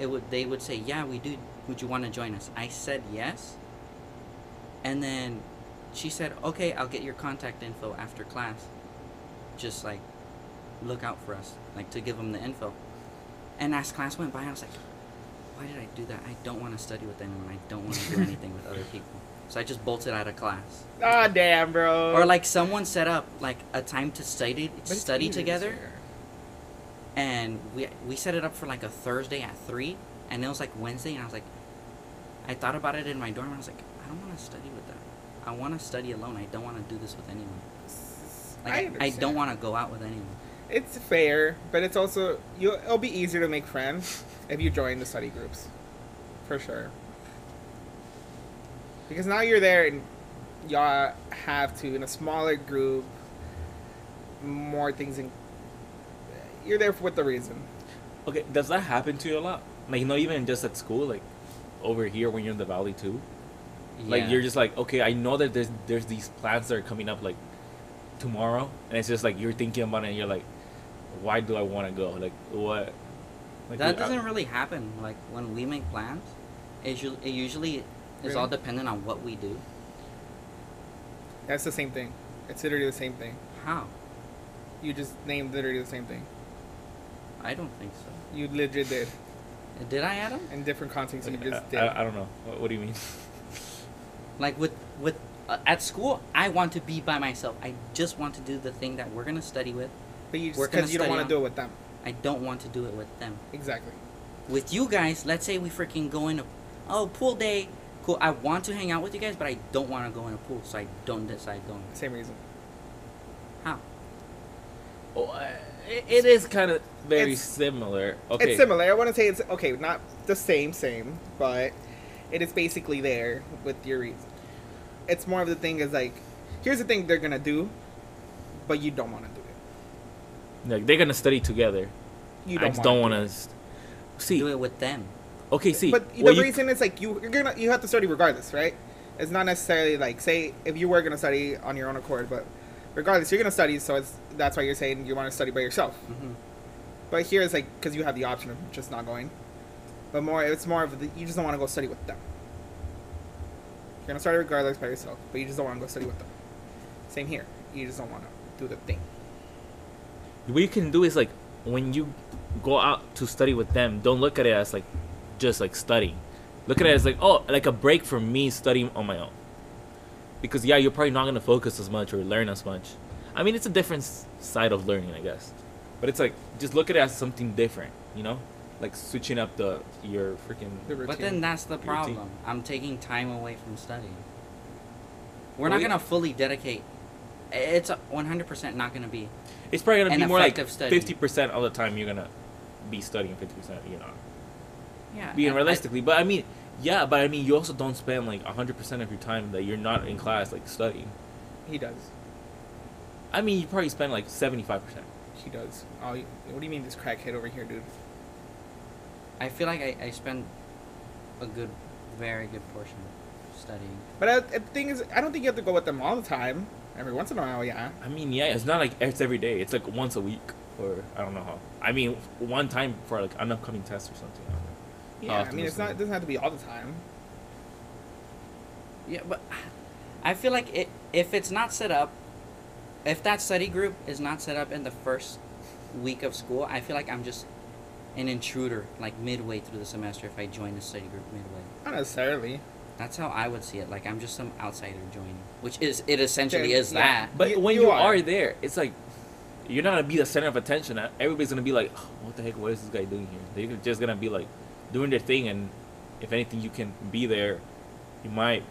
Speaker 3: it would they would say, yeah, we do. Would you want to join us? I said yes. And then she said, okay, I'll get your contact info after class. Just like look out for us, like to give them the info. And as class went by, I was like, why did I do that? I don't want to study with anyone. I don't want to do anything with other people. So I just bolted out of class.
Speaker 2: Ah, damn, bro.
Speaker 3: Or like someone set up like a time to study
Speaker 2: But it's
Speaker 3: study
Speaker 2: easier.
Speaker 3: together, and we we set it up for like a Thursday at three, and it was like Wednesday, and I was like, I thought about it in my dorm, and I was like, I don't want to study with them. I want to study alone. I don't want to do this with anyone.
Speaker 2: I
Speaker 3: Like I, I don't
Speaker 2: understand.
Speaker 3: want to go out with anyone.
Speaker 2: It's fair, but it's also you. It'll be easier to make friends if you join the study groups, for sure. Because now you're there, and y'all have to in a smaller group. More things in. You're there for with the reason.
Speaker 4: Okay, does that happen to you a lot? Like, not even just at school, like over here when you're in the valley too. Like
Speaker 3: Yeah.
Speaker 4: you're just like, okay, I know that there's there's these plans that are coming up like tomorrow, and it's just like you're thinking about it, and you're like, why do I want to go? Like what? Like,
Speaker 3: that
Speaker 4: I-
Speaker 3: doesn't really happen. Like when we make plans, it, usu- it usually is
Speaker 2: Really?
Speaker 3: all dependent on what we do.
Speaker 2: That's the same thing. It's literally the same thing.
Speaker 3: How?
Speaker 2: You just named literally the same thing.
Speaker 3: I don't think so.
Speaker 2: You legit did
Speaker 3: Did I, Adam?
Speaker 2: in different contexts. You
Speaker 4: like,
Speaker 2: just
Speaker 4: *laughs* I,
Speaker 2: did.
Speaker 4: I, I don't know. What, what do you mean? *laughs*
Speaker 3: Like with with uh, at school, I want to be by myself. I just want to do the thing that we're gonna study with.
Speaker 2: but you just
Speaker 3: we're gonna
Speaker 2: because you don't
Speaker 3: study
Speaker 2: want
Speaker 3: on-
Speaker 2: to do it with them.
Speaker 3: I don't want to do it with them.
Speaker 2: Exactly.
Speaker 3: With you guys, let's say we freaking go in a oh pool day. Cool. I want to hang out with you guys, but I don't want to go in a pool, so I don't decide going.
Speaker 2: Same reason.
Speaker 3: How?
Speaker 4: Oh, I- it, it is kind of very
Speaker 2: It's-
Speaker 4: similar. Okay,
Speaker 2: It's similar. I want to say it's okay, not the same, same, but it is basically there with your reason. It's more of the thing is like, here's the thing they're gonna do, but you don't want to do it.
Speaker 4: Like they're gonna study together.
Speaker 2: You
Speaker 4: I
Speaker 2: don't.
Speaker 4: just don't want
Speaker 2: wanna
Speaker 4: to.
Speaker 2: do
Speaker 3: Do
Speaker 4: See,
Speaker 3: it with them.
Speaker 4: okay, see.
Speaker 2: it. But
Speaker 4: what
Speaker 2: the
Speaker 4: you-
Speaker 2: reason is like you you're gonna you have to study regardless, right? It's not necessarily like say if you were gonna study on your own accord, but regardless you're gonna study. So it's that's why you're saying you want to study by yourself.
Speaker 3: hmm
Speaker 2: But here it's like because you have the option of just not going. But more, it's more of the, you just don't want to go study with them. You're gonna study regardless by yourself, but you just don't want to go study with them. Same here. You just don't want to do the thing.
Speaker 4: what you can do is like when you go out to study with them don't look at it as like just like studying look at it as like oh like a break from me studying on my own because yeah you're probably not going to focus as much or learn as much i mean it's a different s- side of learning i guess but it's like just look at it as something different you know like switching up the your freaking
Speaker 2: The routine.
Speaker 3: But then that's the
Speaker 4: Routine.
Speaker 3: problem. I'm taking time away from studying. We're
Speaker 4: Well,
Speaker 3: not
Speaker 4: we-
Speaker 3: gonna fully dedicate. It's a- 100% not gonna be.
Speaker 4: it's probably going to
Speaker 3: An
Speaker 4: be more like
Speaker 3: effective study.
Speaker 4: 50% all the time you're going to be studying 50% you're not
Speaker 3: Yeah.
Speaker 4: being
Speaker 3: and I-
Speaker 4: realistically. but I mean, yeah, but I mean, you also don't spend like 100% of your time that you're not in class, like studying.
Speaker 2: he does.
Speaker 4: I mean, you probably spend like 75%.
Speaker 2: He does. Oh, you- what do you mean this crackhead over here, dude?
Speaker 3: I, feel like I, I spend a good, very good portion studying.
Speaker 2: But I, the thing is, I don't think you have to go with them all the time. Every once in a while, yeah.
Speaker 4: I mean, yeah, it's not like it's every day, it's like once a week or I don't know how. I mean, one time for like an upcoming test or something. I don't know.
Speaker 2: Yeah, I
Speaker 4: often
Speaker 2: mean,
Speaker 4: is
Speaker 2: it's not.
Speaker 4: it?
Speaker 2: It doesn't have to be all the time.
Speaker 3: Yeah, but I feel like it, if it's not set up if that study group is not set up in the first week of school, I feel like I'm just an intruder, like midway through the semester if I join a study group midway.
Speaker 2: Not necessarily.
Speaker 3: That's how I would see it. Like I'm just some outsider joining, which is it essentially
Speaker 2: Then-
Speaker 3: is
Speaker 2: yeah.
Speaker 3: that.
Speaker 4: But
Speaker 2: You-
Speaker 4: when
Speaker 2: you
Speaker 4: you,
Speaker 2: are.
Speaker 4: are. there, it's like you're not gonna be the center of attention. Uh, Everybody's gonna be like, "Oh, "What the heck? What is this guy doing here?" They're just gonna be like doing their thing, and if anything, you can be there. You might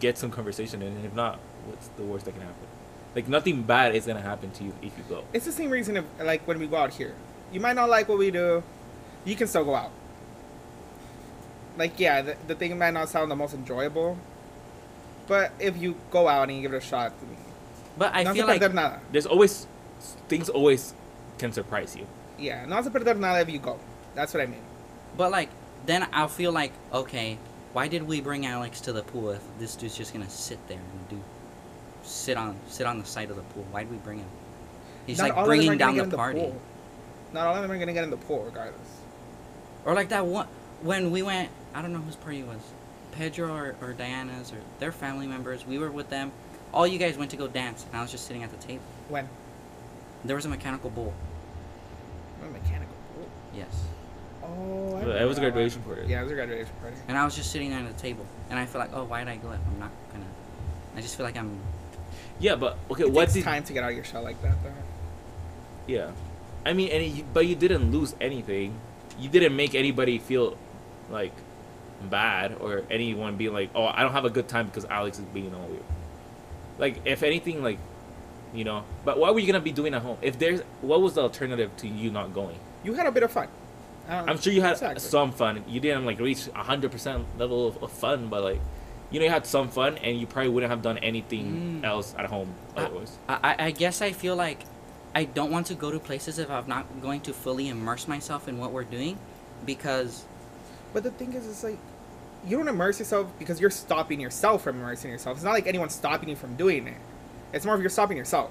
Speaker 4: get some conversation, and if not, what's the worst that can happen? Like nothing bad is gonna happen to you if you go.
Speaker 2: It's the same reason if like when we go out here. You might not like what we do, you can still go out. Like yeah, the, the thing might not sound the most enjoyable, but if you go out and you give it a shot,
Speaker 3: But I
Speaker 2: no
Speaker 3: feel
Speaker 2: se
Speaker 3: like
Speaker 2: perder nada.
Speaker 4: There's always things always can surprise you.
Speaker 2: Yeah, no se perder nada if you go. That's what I mean.
Speaker 3: But like, then I'll feel like, okay, why did we bring Alex to the pool if this dude's just gonna sit there and do, sit on sit on the side of the pool? Why did we bring him? He's
Speaker 2: Not all
Speaker 3: like
Speaker 2: of them
Speaker 3: bringing
Speaker 2: are gonna
Speaker 3: down
Speaker 2: get
Speaker 3: the
Speaker 2: in
Speaker 3: party.
Speaker 2: pool. Not all of them are gonna get in the pool regardless.
Speaker 3: Or like that one when we went. I don't know whose party it was, Pedro or, or Diana's or their family members. We were with them. All you guys went to go dance, and I was just sitting at the table.
Speaker 2: When
Speaker 3: There was a mechanical bull.
Speaker 2: What a mechanical pool.
Speaker 3: Yes.
Speaker 2: Oh, I
Speaker 4: It
Speaker 2: remember
Speaker 4: was a
Speaker 2: that one.
Speaker 4: graduation party.
Speaker 2: Yeah, it was a graduation party.
Speaker 3: And I was just sitting there at the table, and I feel like, oh, why did I go up? I'm not gonna. I just feel like I'm.
Speaker 4: Yeah, but okay,
Speaker 2: It
Speaker 4: what
Speaker 2: takes
Speaker 4: did?
Speaker 2: time to get out of your shell like that though.
Speaker 4: Yeah, I mean, and you, but you didn't lose anything. You didn't make anybody feel like bad or anyone be like, "Oh, I don't have a good time because Alex is being all weird." Like, if anything, like, you know. But what were you gonna be doing at home? If there's, what was the alternative to you not going?
Speaker 2: You had a bit of fun. Um,
Speaker 4: I'm sure you had
Speaker 2: exactly.
Speaker 4: some fun. You didn't like reach hundred percent level of, of fun, but like, you know, you had some fun, and you probably wouldn't have done anything
Speaker 3: Mm.
Speaker 4: else at home
Speaker 3: I-
Speaker 4: otherwise.
Speaker 3: I, I I guess I feel like I don't want to go to places if I'm not going to fully immerse myself in what we're doing, because
Speaker 2: But the thing is, it's like you don't immerse yourself because you're stopping yourself from immersing yourself. It's not like anyone's stopping you from doing it. It's more of you're stopping yourself.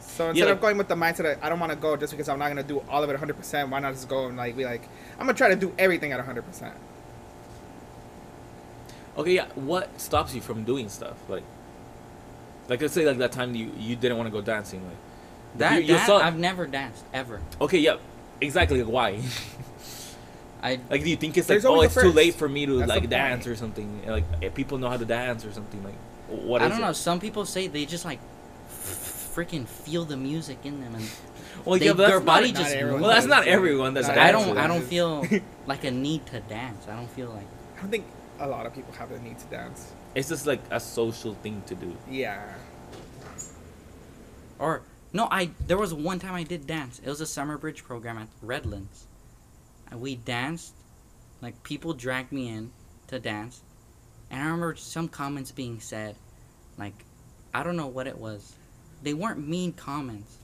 Speaker 2: So instead
Speaker 4: like-
Speaker 2: of going with the mindset that I don't want to go just because I'm not gonna do all of it 100, percent why not just go and like be like I'm gonna try to do everything at 100. percent
Speaker 4: Okay, yeah. What stops you from doing stuff? Like, like let's say like that time you you didn't want to go dancing. Like,
Speaker 3: that,
Speaker 4: you- you
Speaker 3: that-
Speaker 4: saw-
Speaker 3: I've never danced ever.
Speaker 4: okay, yeah, exactly. Like, why? *laughs*
Speaker 3: I
Speaker 4: like, do you think it's
Speaker 2: There's
Speaker 4: like, oh,
Speaker 2: always a
Speaker 4: it's too
Speaker 2: first.
Speaker 4: late for me to
Speaker 2: That's the
Speaker 4: like dance
Speaker 2: point.
Speaker 4: or something? And, Like, if people know how to dance or something. Like, what
Speaker 3: I
Speaker 4: is
Speaker 3: don't know.
Speaker 4: it?
Speaker 3: Some people say they just like f- freaking feel the music in them, and
Speaker 4: Well,
Speaker 3: they-
Speaker 4: yeah, but
Speaker 3: their
Speaker 4: that's
Speaker 3: body
Speaker 4: not,
Speaker 3: just
Speaker 2: everyone
Speaker 4: Well, that's
Speaker 2: does
Speaker 4: not
Speaker 2: it.
Speaker 4: everyone that's
Speaker 2: Not
Speaker 3: I
Speaker 2: everyone
Speaker 3: don't I
Speaker 2: does
Speaker 4: *laughs*
Speaker 3: don't
Speaker 2: it.
Speaker 3: feel like a need to dance. I don't feel like
Speaker 2: I don't think a lot of people have the need to dance.
Speaker 4: It's just like a social thing to do.
Speaker 2: Yeah.
Speaker 3: Or no, I there was one time I did dance. It was a summer bridge program at Redlands. And we danced, like people dragged me in to dance, and I remember some comments being said, like, I don't know what it was. They weren't mean comments.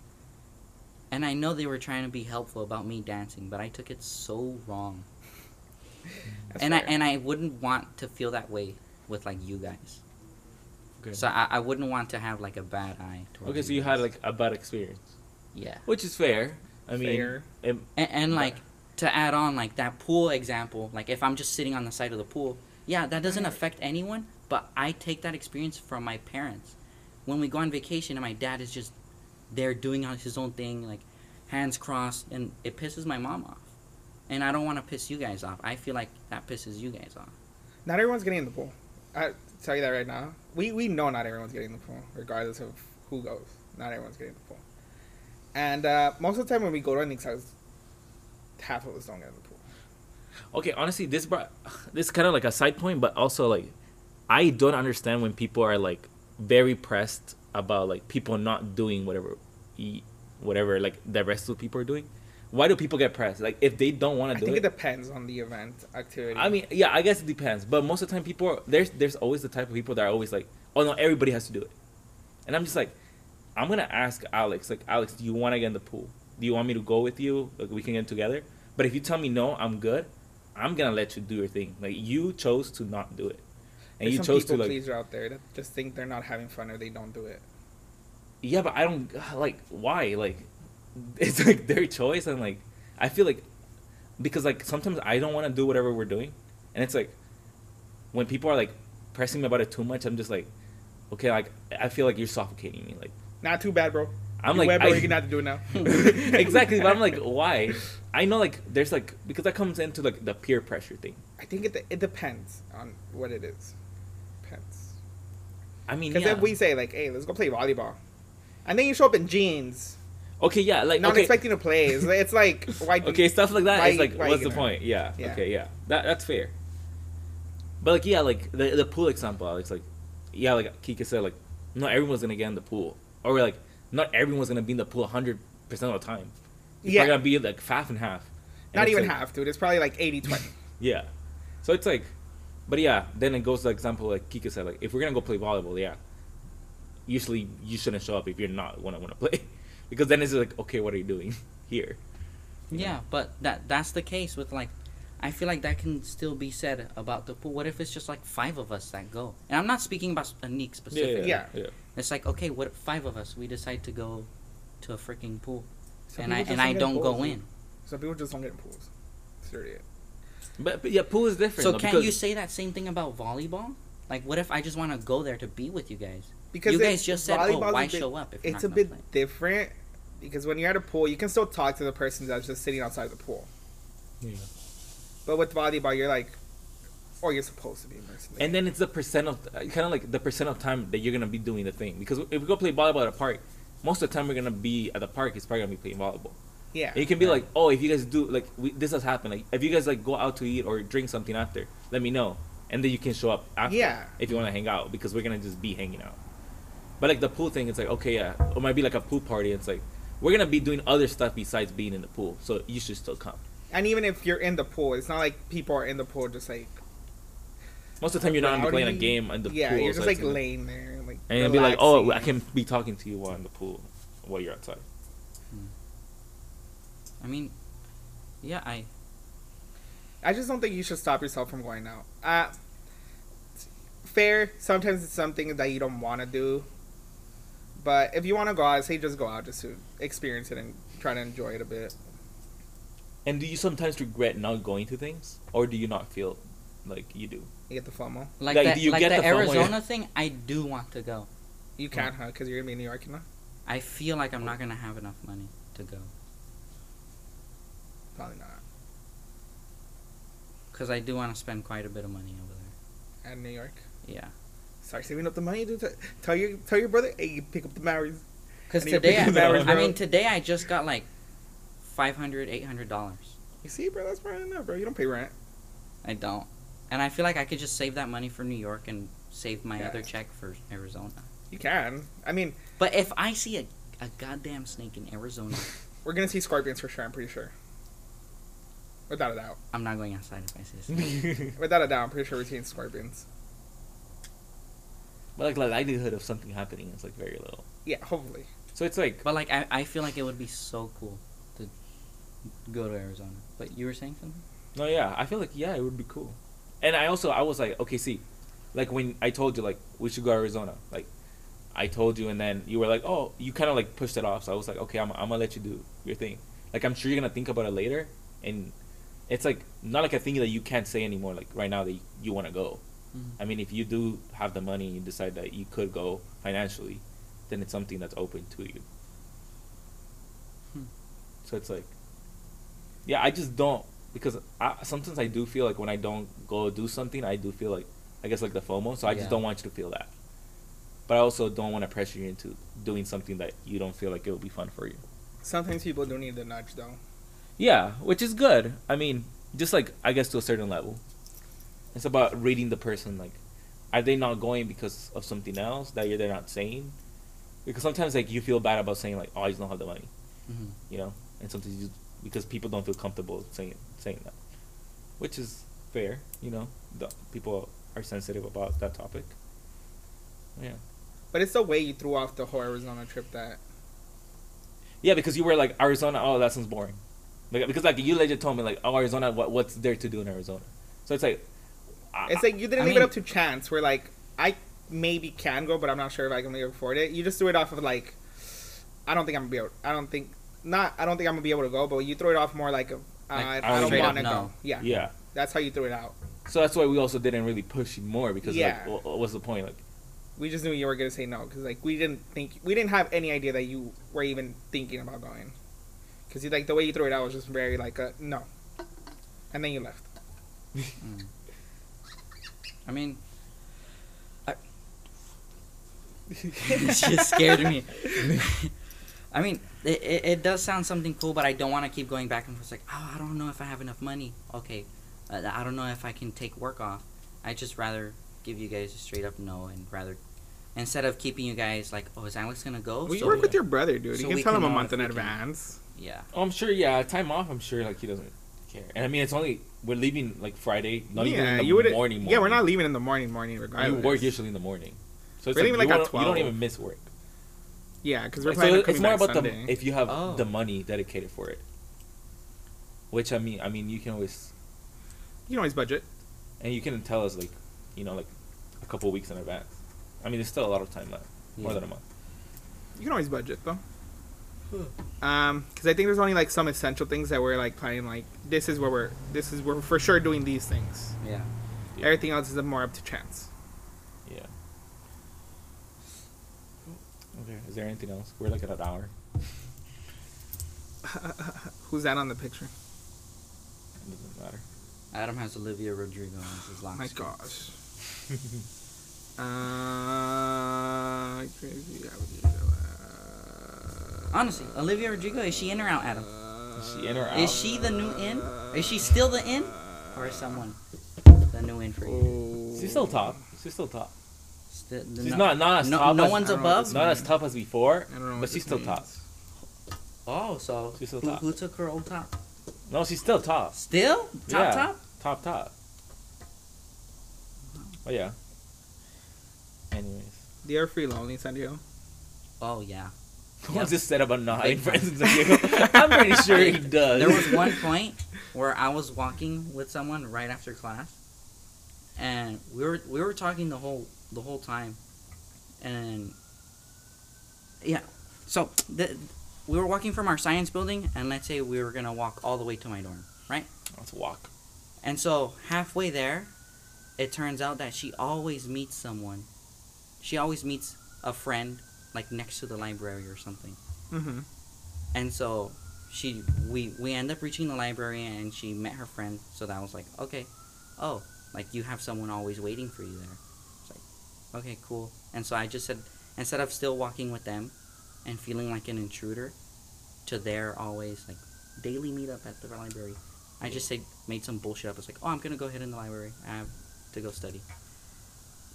Speaker 3: And I know they were trying to be helpful about me dancing, but I took it so wrong.
Speaker 2: That's
Speaker 3: and I
Speaker 2: fair.
Speaker 3: and I wouldn't want to feel that way with like you guys.
Speaker 4: Okay.
Speaker 3: So I, I wouldn't want to have like a bad eye. towards
Speaker 4: okay, so you had
Speaker 3: guys.
Speaker 4: like a bad experience,
Speaker 3: yeah.
Speaker 4: which is fair. I mean,
Speaker 2: Fair.
Speaker 4: it-
Speaker 3: And, and
Speaker 4: But-
Speaker 3: like to add on, like that pool example, like if I'm just sitting on the side of the pool, yeah, that doesn't affect anyone. But I take that experience from my parents. When we go on vacation and my dad is just there doing on his own thing, like hands crossed, and it pisses my mom off. And I don't want to piss you guys off. I feel like that pisses you guys off.
Speaker 2: not everyone's getting in the pool. I tell you that right now. We we know not everyone's getting in the pool, regardless of who goes. Not everyone's getting in the pool. And uh, most of the time when we go to an house, half of us don't get in the pool.
Speaker 4: Okay, honestly, this brought *sighs* this is kind of like a side point, but also like I don't understand when people are like very pressed about like people not doing whatever, e- whatever like the rest of people are doing. Why do people get pressed? Like if they don't
Speaker 2: I
Speaker 4: want to do
Speaker 2: think it
Speaker 4: it.
Speaker 2: depends on the event activity.
Speaker 4: I mean, yeah, I guess it depends. But most of the time, people are, there's there's always the type of people that are always like, oh no, everybody has to do it, and I'm just like, I'm gonna ask Alex, like Alex, do you want to get in the pool? Do you want me to go with you? Like we can get together. But if you tell me no, I'm good. I'm gonna let you do your thing. Like you chose to not do it, and
Speaker 2: There's
Speaker 4: you
Speaker 2: some
Speaker 4: chose to
Speaker 2: people
Speaker 4: like,
Speaker 2: pleaser out there that just think they're not having fun or they don't do it.
Speaker 4: yeah, but I don't *sighs* like why. Like *laughs* it's like their choice, and like I feel like because like sometimes I don't want to do whatever we're doing, and it's like when people are like pressing me about it too much, I'm just like, okay, like I feel like you're suffocating me. Like
Speaker 2: Not too bad, bro.
Speaker 4: I'm
Speaker 2: You're
Speaker 4: like
Speaker 2: wet, bro.
Speaker 4: I-
Speaker 2: you can have to do it now.
Speaker 4: *laughs* exactly, but
Speaker 2: *laughs*
Speaker 4: I'm like, why? I know like there's like because that comes into like the peer pressure thing.
Speaker 2: I think it it depends on what it is. Depends.
Speaker 4: I mean,
Speaker 2: Because
Speaker 4: yeah.
Speaker 2: if we say like, "Hey, let's go play volleyball," and then you show up in jeans,
Speaker 4: okay, yeah, like
Speaker 2: not
Speaker 4: okay,
Speaker 2: expecting to play, it's, it's like, why? do-
Speaker 4: okay, stuff like that.
Speaker 2: why-
Speaker 4: It's like,
Speaker 2: why you
Speaker 4: what's the
Speaker 2: gonna-
Speaker 4: point? Yeah,
Speaker 2: Yeah.
Speaker 4: Okay. Yeah. That that's fair. But like, yeah, like the the pool example, it's like, yeah, like Kika said, like not everyone's gonna get in the pool, or like not everyone's gonna be in the pool hundred percent of the time. You're
Speaker 2: Yeah.
Speaker 4: gonna be like half and half. And
Speaker 2: Not
Speaker 4: it's,
Speaker 2: even
Speaker 4: like,
Speaker 2: half, dude. It's probably like 80 20.
Speaker 4: Yeah. So it's like, but yeah, then it goes to the example like Kika said, like if we're gonna go play volleyball, yeah. Usually you shouldn't show up if you're not wanna wanna play, *laughs* because then it's like, okay, what are you doing *laughs* here?
Speaker 3: Yeah, but that that's the case with like, I feel like that can still be said about the pool. What if it's just like five of us that go? And I'm not speaking about Anik specifically.
Speaker 2: Yeah.
Speaker 4: yeah.
Speaker 3: It's like okay, what if five of us we decide to go to a freaking pool,
Speaker 2: Some
Speaker 3: and I
Speaker 2: people just
Speaker 3: and I
Speaker 2: get
Speaker 3: don't go
Speaker 2: pools, dude.
Speaker 3: in.
Speaker 2: Some people just don't get in pools. Serious.
Speaker 4: But, but yeah, pool is different.
Speaker 3: So
Speaker 4: though,
Speaker 3: can
Speaker 4: because-
Speaker 3: you say that same thing about volleyball? Like, what if I just want to go there to be with you guys?
Speaker 2: Because
Speaker 3: You
Speaker 2: it-
Speaker 3: guys just said, oh,
Speaker 2: volleyball's a
Speaker 3: why
Speaker 2: bit-
Speaker 3: show up if you're
Speaker 2: It's
Speaker 3: not
Speaker 2: a
Speaker 3: gonna
Speaker 2: bit
Speaker 3: play?
Speaker 2: different because when you're at a pool, you can still talk to the person that's just sitting outside the pool.
Speaker 4: Yeah.
Speaker 2: But with volleyball, you're like, or you're supposed to be immersed. in it.
Speaker 4: And then it's the percent of kind of like the percent of time that you're gonna be doing the thing. Because if we go play volleyball at a park, most of the time we're gonna be at the park. It's probably gonna be playing volleyball.
Speaker 2: yeah.
Speaker 4: And you can be like, oh, if you guys do like we, this has happened. Like if you guys like go out to eat or drink something after, let me know, and then you can show up after.
Speaker 2: Yeah.
Speaker 4: If you want to hang out, because we're gonna just be hanging out. But like the pool thing, it's like okay, yeah, it might be like a pool party. It's like we're gonna be doing other stuff besides being in the pool, so you should still come.
Speaker 2: and even if you're in the pool, it's not like people are in the pool just like
Speaker 4: Most of the time, you're not playing a
Speaker 2: rowdy.
Speaker 4: game in the
Speaker 2: yeah,
Speaker 4: pool.
Speaker 2: you're
Speaker 4: so
Speaker 2: just
Speaker 4: it's
Speaker 2: like
Speaker 4: gonna-
Speaker 2: laying there, like
Speaker 4: and it'd be like, oh, I
Speaker 2: relaxing.
Speaker 4: can be talking to you while in the pool, while you're outside.
Speaker 3: I mean, yeah, I
Speaker 2: I just don't think you should stop yourself from going out. Uh, fair. Sometimes it's something that you don't want to do, but if you want to go out, I say just go out just to experience it and try to enjoy it a bit.
Speaker 4: And do you sometimes regret not going to things, or do you not feel like you do? *laughs*
Speaker 2: You get the FOMO.
Speaker 3: like
Speaker 4: Like,
Speaker 3: that,
Speaker 4: do you
Speaker 3: like
Speaker 4: get
Speaker 3: the,
Speaker 4: the FOMO?
Speaker 3: Arizona thing. I do want to go.
Speaker 2: You can't, huh? Because you're gonna be in New York, you know.
Speaker 3: I feel like I'm not gonna have enough money to go
Speaker 2: Probably not.
Speaker 3: because I do want to spend quite a bit of money over there.
Speaker 2: At New York.
Speaker 3: Yeah.
Speaker 2: Start saving up the money. Dude. T- Tell your tell your brother, hey, you pick up the Maoris.
Speaker 3: Because
Speaker 2: And you
Speaker 3: today,
Speaker 2: pick
Speaker 3: I,
Speaker 4: the hours,
Speaker 3: I
Speaker 2: bro.
Speaker 3: mean, today I just got like 500 $800. dollars.
Speaker 2: You see, bro, that's probably enough, bro. You don't pay rent.
Speaker 3: I don't. And I feel like I could just save that money for New York and save my other check for Arizona.
Speaker 2: You can. I mean,
Speaker 3: But if I see a, a goddamn snake in Arizona,
Speaker 2: we're gonna see scorpions for sure. I'm pretty sure. Without a doubt.
Speaker 3: I'm not going outside if I see a snake.
Speaker 4: but
Speaker 2: Without a doubt, I'm pretty sure we're seeing scorpions.
Speaker 4: like the likelihood of something happening is like very low.
Speaker 2: Yeah, hopefully.
Speaker 4: So it's like
Speaker 3: But like, I, I feel like it would be so cool to go to Arizona. But you were saying something?
Speaker 4: no, yeah, I feel like yeah, it would be cool. And I also I was like, okay, see, like when I told you like we should go to Arizona, like I told you, and then you were like, oh, you kind of like pushed it off. So I was like, okay, I'm I'm gonna let you do your thing. Like I'm sure you're gonna think about it later, and it's like not like a thing that you can't say anymore. Like right now that you, you want to go. I mean, if you do have the money and you decide that you could go financially, then it's something that's open to you.
Speaker 3: Hmm.
Speaker 4: So it's like, yeah, I just don't because I sometimes I do feel like when I don't go do something, I do feel like I guess like the FOMO. So I
Speaker 3: Yeah.
Speaker 4: just don't want you to feel that, but I also don't want to pressure you into doing something that you don't feel like it will be fun for you.
Speaker 2: Sometimes people do need the nudge, though.
Speaker 4: Yeah, which is good. I mean, just like I guess to a certain level. It's about reading the person. Like, are they not going because of something else that you're they're not saying? Because sometimes like you feel bad about saying like, oh, I just don't have the money,
Speaker 3: Mhm.
Speaker 4: you know. And sometimes you because people don't feel comfortable saying saying that, which is fair, you know. The, people are sensitive about that topic. Yeah.
Speaker 2: But it's the way you threw off the whole Arizona trip that.
Speaker 4: Yeah, because you were like Arizona. Oh, that sounds boring. Like, because like you legit told me like, oh, Arizona. What what's there to do in Arizona? So it's like, I-
Speaker 2: It's like you didn't
Speaker 4: I
Speaker 2: leave it
Speaker 4: mean-
Speaker 2: up to chance. Where like I maybe can go, but I'm not sure if I can really afford it. You just threw it off of like, I don't think I'm gonna be able. I don't think not. I don't think I'm gonna be able to go. But you threw it off more like, uh, I,
Speaker 3: Like,
Speaker 2: don't
Speaker 4: straight
Speaker 2: want to
Speaker 3: up no.
Speaker 2: go. Yeah,
Speaker 4: yeah.
Speaker 2: that's how you threw it out.
Speaker 4: So that's why we also didn't really push you more because
Speaker 2: Yeah.
Speaker 4: like, what, what's the point? Like,
Speaker 2: we just knew you were gonna say no because like we didn't think we didn't have any idea that you were even thinking about going because you like the way you threw it out was just very like a no, and then you left.
Speaker 3: I mean, I, *laughs* it just scared me. *laughs* I mean, it, it, it does sound something cool, but I don't want to keep going back and forth. It's like, oh, I don't know if I have enough money. Okay, uh, I don't know if I can take work off. I just rather give you guys a straight up no, and rather instead of keeping you guys like, oh, is Alex gonna go?
Speaker 2: Well, you
Speaker 3: So-
Speaker 2: work with your brother, dude.
Speaker 3: so
Speaker 2: you can
Speaker 3: we
Speaker 2: tell
Speaker 3: can
Speaker 2: him a
Speaker 3: know
Speaker 2: month
Speaker 3: if
Speaker 2: in
Speaker 3: we can-
Speaker 2: advance.
Speaker 3: yeah.
Speaker 4: Oh, I'm sure. Yeah, time off. I'm sure like he doesn't care. And I mean, it's only we're leaving like Friday. Not even in
Speaker 2: yeah,
Speaker 4: the
Speaker 2: you would.
Speaker 4: morning, morning.
Speaker 2: Yeah, we're not leaving in the morning, morning regardless.
Speaker 4: You work usually in the morning, so it's
Speaker 2: We're
Speaker 4: like,
Speaker 2: leaving,
Speaker 4: you,
Speaker 2: like, at
Speaker 4: don't, you don't
Speaker 2: 12.
Speaker 4: even miss work.
Speaker 2: Yeah, because we're
Speaker 4: so
Speaker 2: planning on
Speaker 4: it's
Speaker 2: coming
Speaker 4: more
Speaker 2: back
Speaker 4: about
Speaker 2: Sunday.
Speaker 4: the if you have
Speaker 3: Oh.
Speaker 4: the money dedicated for it. Which I mean, I mean, you can always
Speaker 2: you can always budget.
Speaker 4: and you can tell us like, you know, like a couple weeks in advance. I mean, there's still a lot of time left, more
Speaker 3: Yeah.
Speaker 4: than a month.
Speaker 2: You can always budget though. Um, because I think there's only like some essential things that we're like planning. Like this is where we're this is where we're for sure doing these things.
Speaker 3: Yeah.
Speaker 4: Yeah.
Speaker 2: Everything else is more up to chance.
Speaker 4: Yeah. Okay. Is there anything else? We're like at an hour.
Speaker 2: Who's that on the picture?
Speaker 4: It doesn't matter. *laughs*
Speaker 3: Adam has Olivia Rodrigo as his
Speaker 2: Oh
Speaker 3: lock.
Speaker 2: my gosh. uh, crazy. I would do that.
Speaker 3: Honestly, Olivia Rodrigo, is she in or out, Adam?
Speaker 4: Is she in or out?
Speaker 3: Is she the new in? Is she still the in? Or is someone the new in for you?
Speaker 2: Oh.
Speaker 4: She's still top. She's still top.
Speaker 3: Still-
Speaker 4: She's not not as
Speaker 3: no,
Speaker 4: top.
Speaker 3: no
Speaker 4: as,
Speaker 3: one's
Speaker 2: I don't know what
Speaker 3: above.
Speaker 2: this
Speaker 4: not as top as before,
Speaker 2: I don't know.
Speaker 4: but
Speaker 2: what this
Speaker 4: she's still
Speaker 2: means.
Speaker 4: top.
Speaker 3: Oh, so
Speaker 4: She's still
Speaker 3: who,
Speaker 4: top.
Speaker 3: who took her old top?
Speaker 4: No, she's still top.
Speaker 3: Still top
Speaker 4: Yeah.
Speaker 3: top.
Speaker 4: Top top. Oh yeah. Anyways. *laughs*
Speaker 2: They are free lonely in San Diego.
Speaker 3: Oh yeah.
Speaker 4: Who
Speaker 3: Yeah.
Speaker 4: just said about not having
Speaker 3: Big time.
Speaker 4: friends in San Diego? *laughs* I'm pretty sure he
Speaker 3: *laughs*
Speaker 4: does.
Speaker 3: There was one *laughs* point where I was walking with someone right after class, and we were we were talking the whole the whole time, and yeah, so the, we were walking from our science building, and let's say we were gonna walk all the way to my dorm, right?
Speaker 4: Let's walk.
Speaker 3: And so halfway there, it turns out that she always meets someone. She always meets a friend like next to the library or something.
Speaker 2: Mm-hmm.
Speaker 3: And so she we we end up reaching the library and she met her friend, so that was like, okay, oh, like you have someone always waiting for you there. It's like, okay, cool. And so I just said instead of still walking with them and feeling like an intruder to their always like daily meetup at the library, I just said made some bullshit up. It's like, oh, I'm gonna go ahead in the library. I have to go study.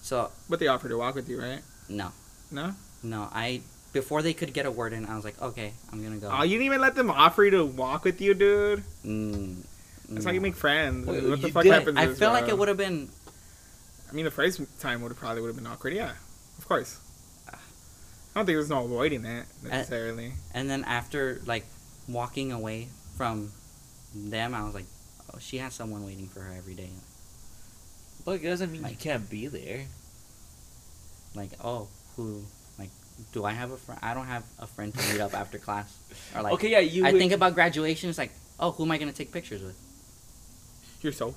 Speaker 3: So
Speaker 2: But they offered to walk with you, right?
Speaker 3: no,
Speaker 2: No.
Speaker 3: no, I before they could get a word in, I was like, okay, I'm gonna go.
Speaker 2: Oh, you didn't even let them offer you to walk with you, dude.
Speaker 3: Mm,
Speaker 2: That's
Speaker 3: no.
Speaker 2: how you make friends.
Speaker 4: Well,
Speaker 2: what the
Speaker 4: you
Speaker 2: fuck
Speaker 4: did.
Speaker 2: happens?
Speaker 3: I
Speaker 2: is,
Speaker 3: felt like
Speaker 2: uh,
Speaker 3: it would have been.
Speaker 2: I mean, the first time would have probably would have been awkward. Yeah, of course. I don't think there's no avoiding it necessarily.
Speaker 3: And then after like walking away from them, I was like, oh, she has someone waiting for her every day.
Speaker 4: But it doesn't mean
Speaker 3: you
Speaker 4: you can't be there.
Speaker 3: Like, oh, who? Like, do I have a friend? I don't have a friend to meet up after class. Or like,
Speaker 4: okay, yeah, you.
Speaker 3: I
Speaker 4: would-
Speaker 3: think about graduation. It's like, oh, who am I gonna take pictures with?
Speaker 2: You're so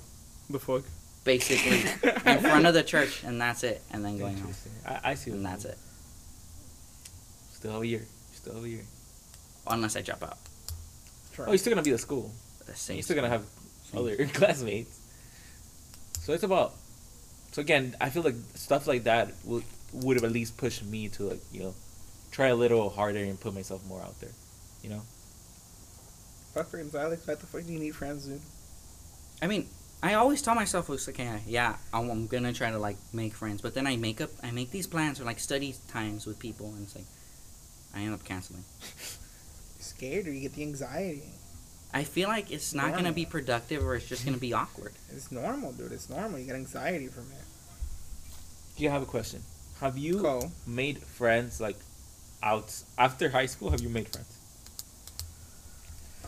Speaker 2: the fuck.
Speaker 3: Basically,
Speaker 4: *laughs*
Speaker 3: in front of the church, and that's it. And then going home,
Speaker 4: Interesting. I, I see. what
Speaker 3: and
Speaker 4: you
Speaker 3: that's
Speaker 4: mean.
Speaker 3: it.
Speaker 4: Still have a year. Still have a year.
Speaker 3: Unless I drop out.
Speaker 4: Oh, you're still gonna be at school.
Speaker 3: The
Speaker 4: And
Speaker 3: same.
Speaker 4: you're still gonna have
Speaker 3: Same.
Speaker 4: other *laughs* classmates. So it's about. So again, I feel like stuff like that would would have at least pushed me to like you know, try a little harder and put myself more out there, you know.
Speaker 2: Fuck friends, Alex. What the fuck do you need friends, dude?
Speaker 3: I mean, I always tell myself, it's like, yeah, yeah, I'm, I'm gonna try to like make friends, but then I make up, I make these plans for like study times with people, and it's like, I end up canceling.
Speaker 2: You're scared or you get the anxiety.
Speaker 3: I feel like it's not gonna
Speaker 2: Normal.
Speaker 3: be productive, or it's just gonna be awkward.
Speaker 2: It's normal, dude. It's normal. You get anxiety from it.
Speaker 4: You have a question. Have you
Speaker 2: Go.
Speaker 4: made friends like out after high school? Have you made friends?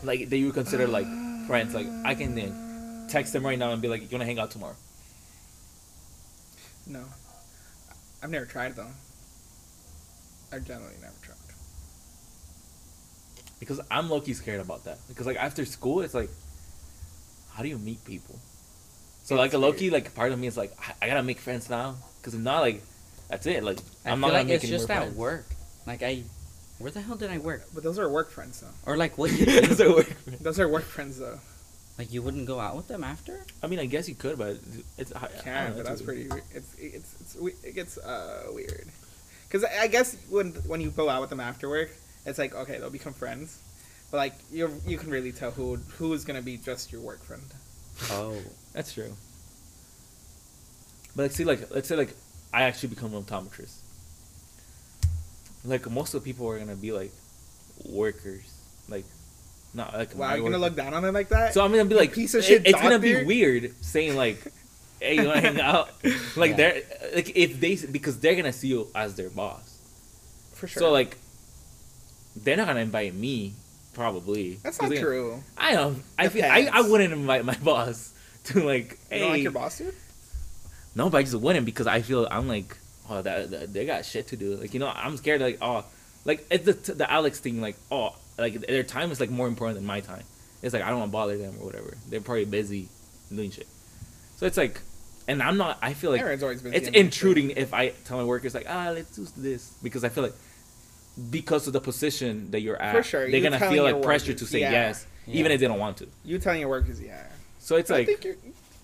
Speaker 4: Like that you would consider like friends? Like I can then text them right now and be like, "You wanna hang out tomorrow?"
Speaker 2: No, I've never tried though. I've generally never tried.
Speaker 4: Because I'm low key scared about that. Because like after school, it's like, how do you meet people? So like a
Speaker 2: It's
Speaker 4: low key like part of me is like I, I gotta make friends now because if not like That's it. Like
Speaker 3: I
Speaker 4: I'm not
Speaker 3: feel
Speaker 4: gonna
Speaker 3: like
Speaker 4: make
Speaker 3: it's
Speaker 4: any
Speaker 3: just
Speaker 4: more
Speaker 3: at
Speaker 4: friends.
Speaker 3: work. Like I, where the hell did I work?
Speaker 2: But those are work friends though.
Speaker 3: Or like
Speaker 4: *laughs*
Speaker 3: what? You
Speaker 4: It's
Speaker 3: do?
Speaker 4: at work.
Speaker 2: Those are work friends though.
Speaker 4: *laughs*
Speaker 3: like you wouldn't go out with them after?
Speaker 4: I mean, I guess you could, but it's I, I
Speaker 2: Can,
Speaker 4: don't know,
Speaker 2: but
Speaker 4: it's
Speaker 2: that's
Speaker 4: weird.
Speaker 2: pretty. weird. It's it's, it's we- it gets uh weird. Cause I I guess when when you go out with them after work, it's like okay they'll become friends, but like you you can really tell who who is gonna be just your work friend.
Speaker 3: Oh,
Speaker 4: *laughs* That's true. But like, see, like, let's say, like, I actually become an optometrist. Like, most of the people are gonna be like workers, like, not like.
Speaker 2: Wow,
Speaker 4: my
Speaker 2: you're gonna
Speaker 4: work-
Speaker 2: look down on them like that?
Speaker 4: So I'm gonna be like,
Speaker 2: piece of
Speaker 4: it-
Speaker 2: shit
Speaker 4: it's gonna be
Speaker 2: doctor?
Speaker 4: weird saying
Speaker 2: *laughs*
Speaker 4: like, "Hey, you wanna hang out?" Like
Speaker 3: Yeah.
Speaker 4: they're like if they because they're gonna see you as their boss.
Speaker 2: for sure.
Speaker 4: So like, they're not gonna invite me probably.
Speaker 2: that's
Speaker 4: 'Cause
Speaker 2: not
Speaker 4: they-
Speaker 2: true.
Speaker 4: I don't. I feel I, I
Speaker 2: Depends.
Speaker 4: wouldn't invite my *laughs* boss to like. Hey,
Speaker 2: You don't like your boss, dude?
Speaker 4: no, but I just wouldn't because I feel I'm like, oh, that, that- they got shit to do. Like you know, I'm scared. Like oh, like it's the the Alex thing. Like oh, like their time is like more important than my time. It's like I don't want to bother them or whatever. They're probably busy doing shit. So it's like, and I'm not. I feel like
Speaker 2: Aaron's always busy.
Speaker 4: it's
Speaker 2: anyway, so-
Speaker 4: intruding if I tell my workers like ah, let's do this because I feel like because of the position that you're at,
Speaker 2: For sure,
Speaker 4: they're
Speaker 2: you're
Speaker 4: gonna
Speaker 2: telling
Speaker 4: feel
Speaker 2: your
Speaker 4: like pressure
Speaker 2: workers,
Speaker 4: to say
Speaker 2: yeah.
Speaker 4: yes,
Speaker 3: Yeah.
Speaker 4: even if they don't want to.
Speaker 2: You telling your workers, yeah.
Speaker 4: So it's
Speaker 2: I
Speaker 4: like.
Speaker 2: think your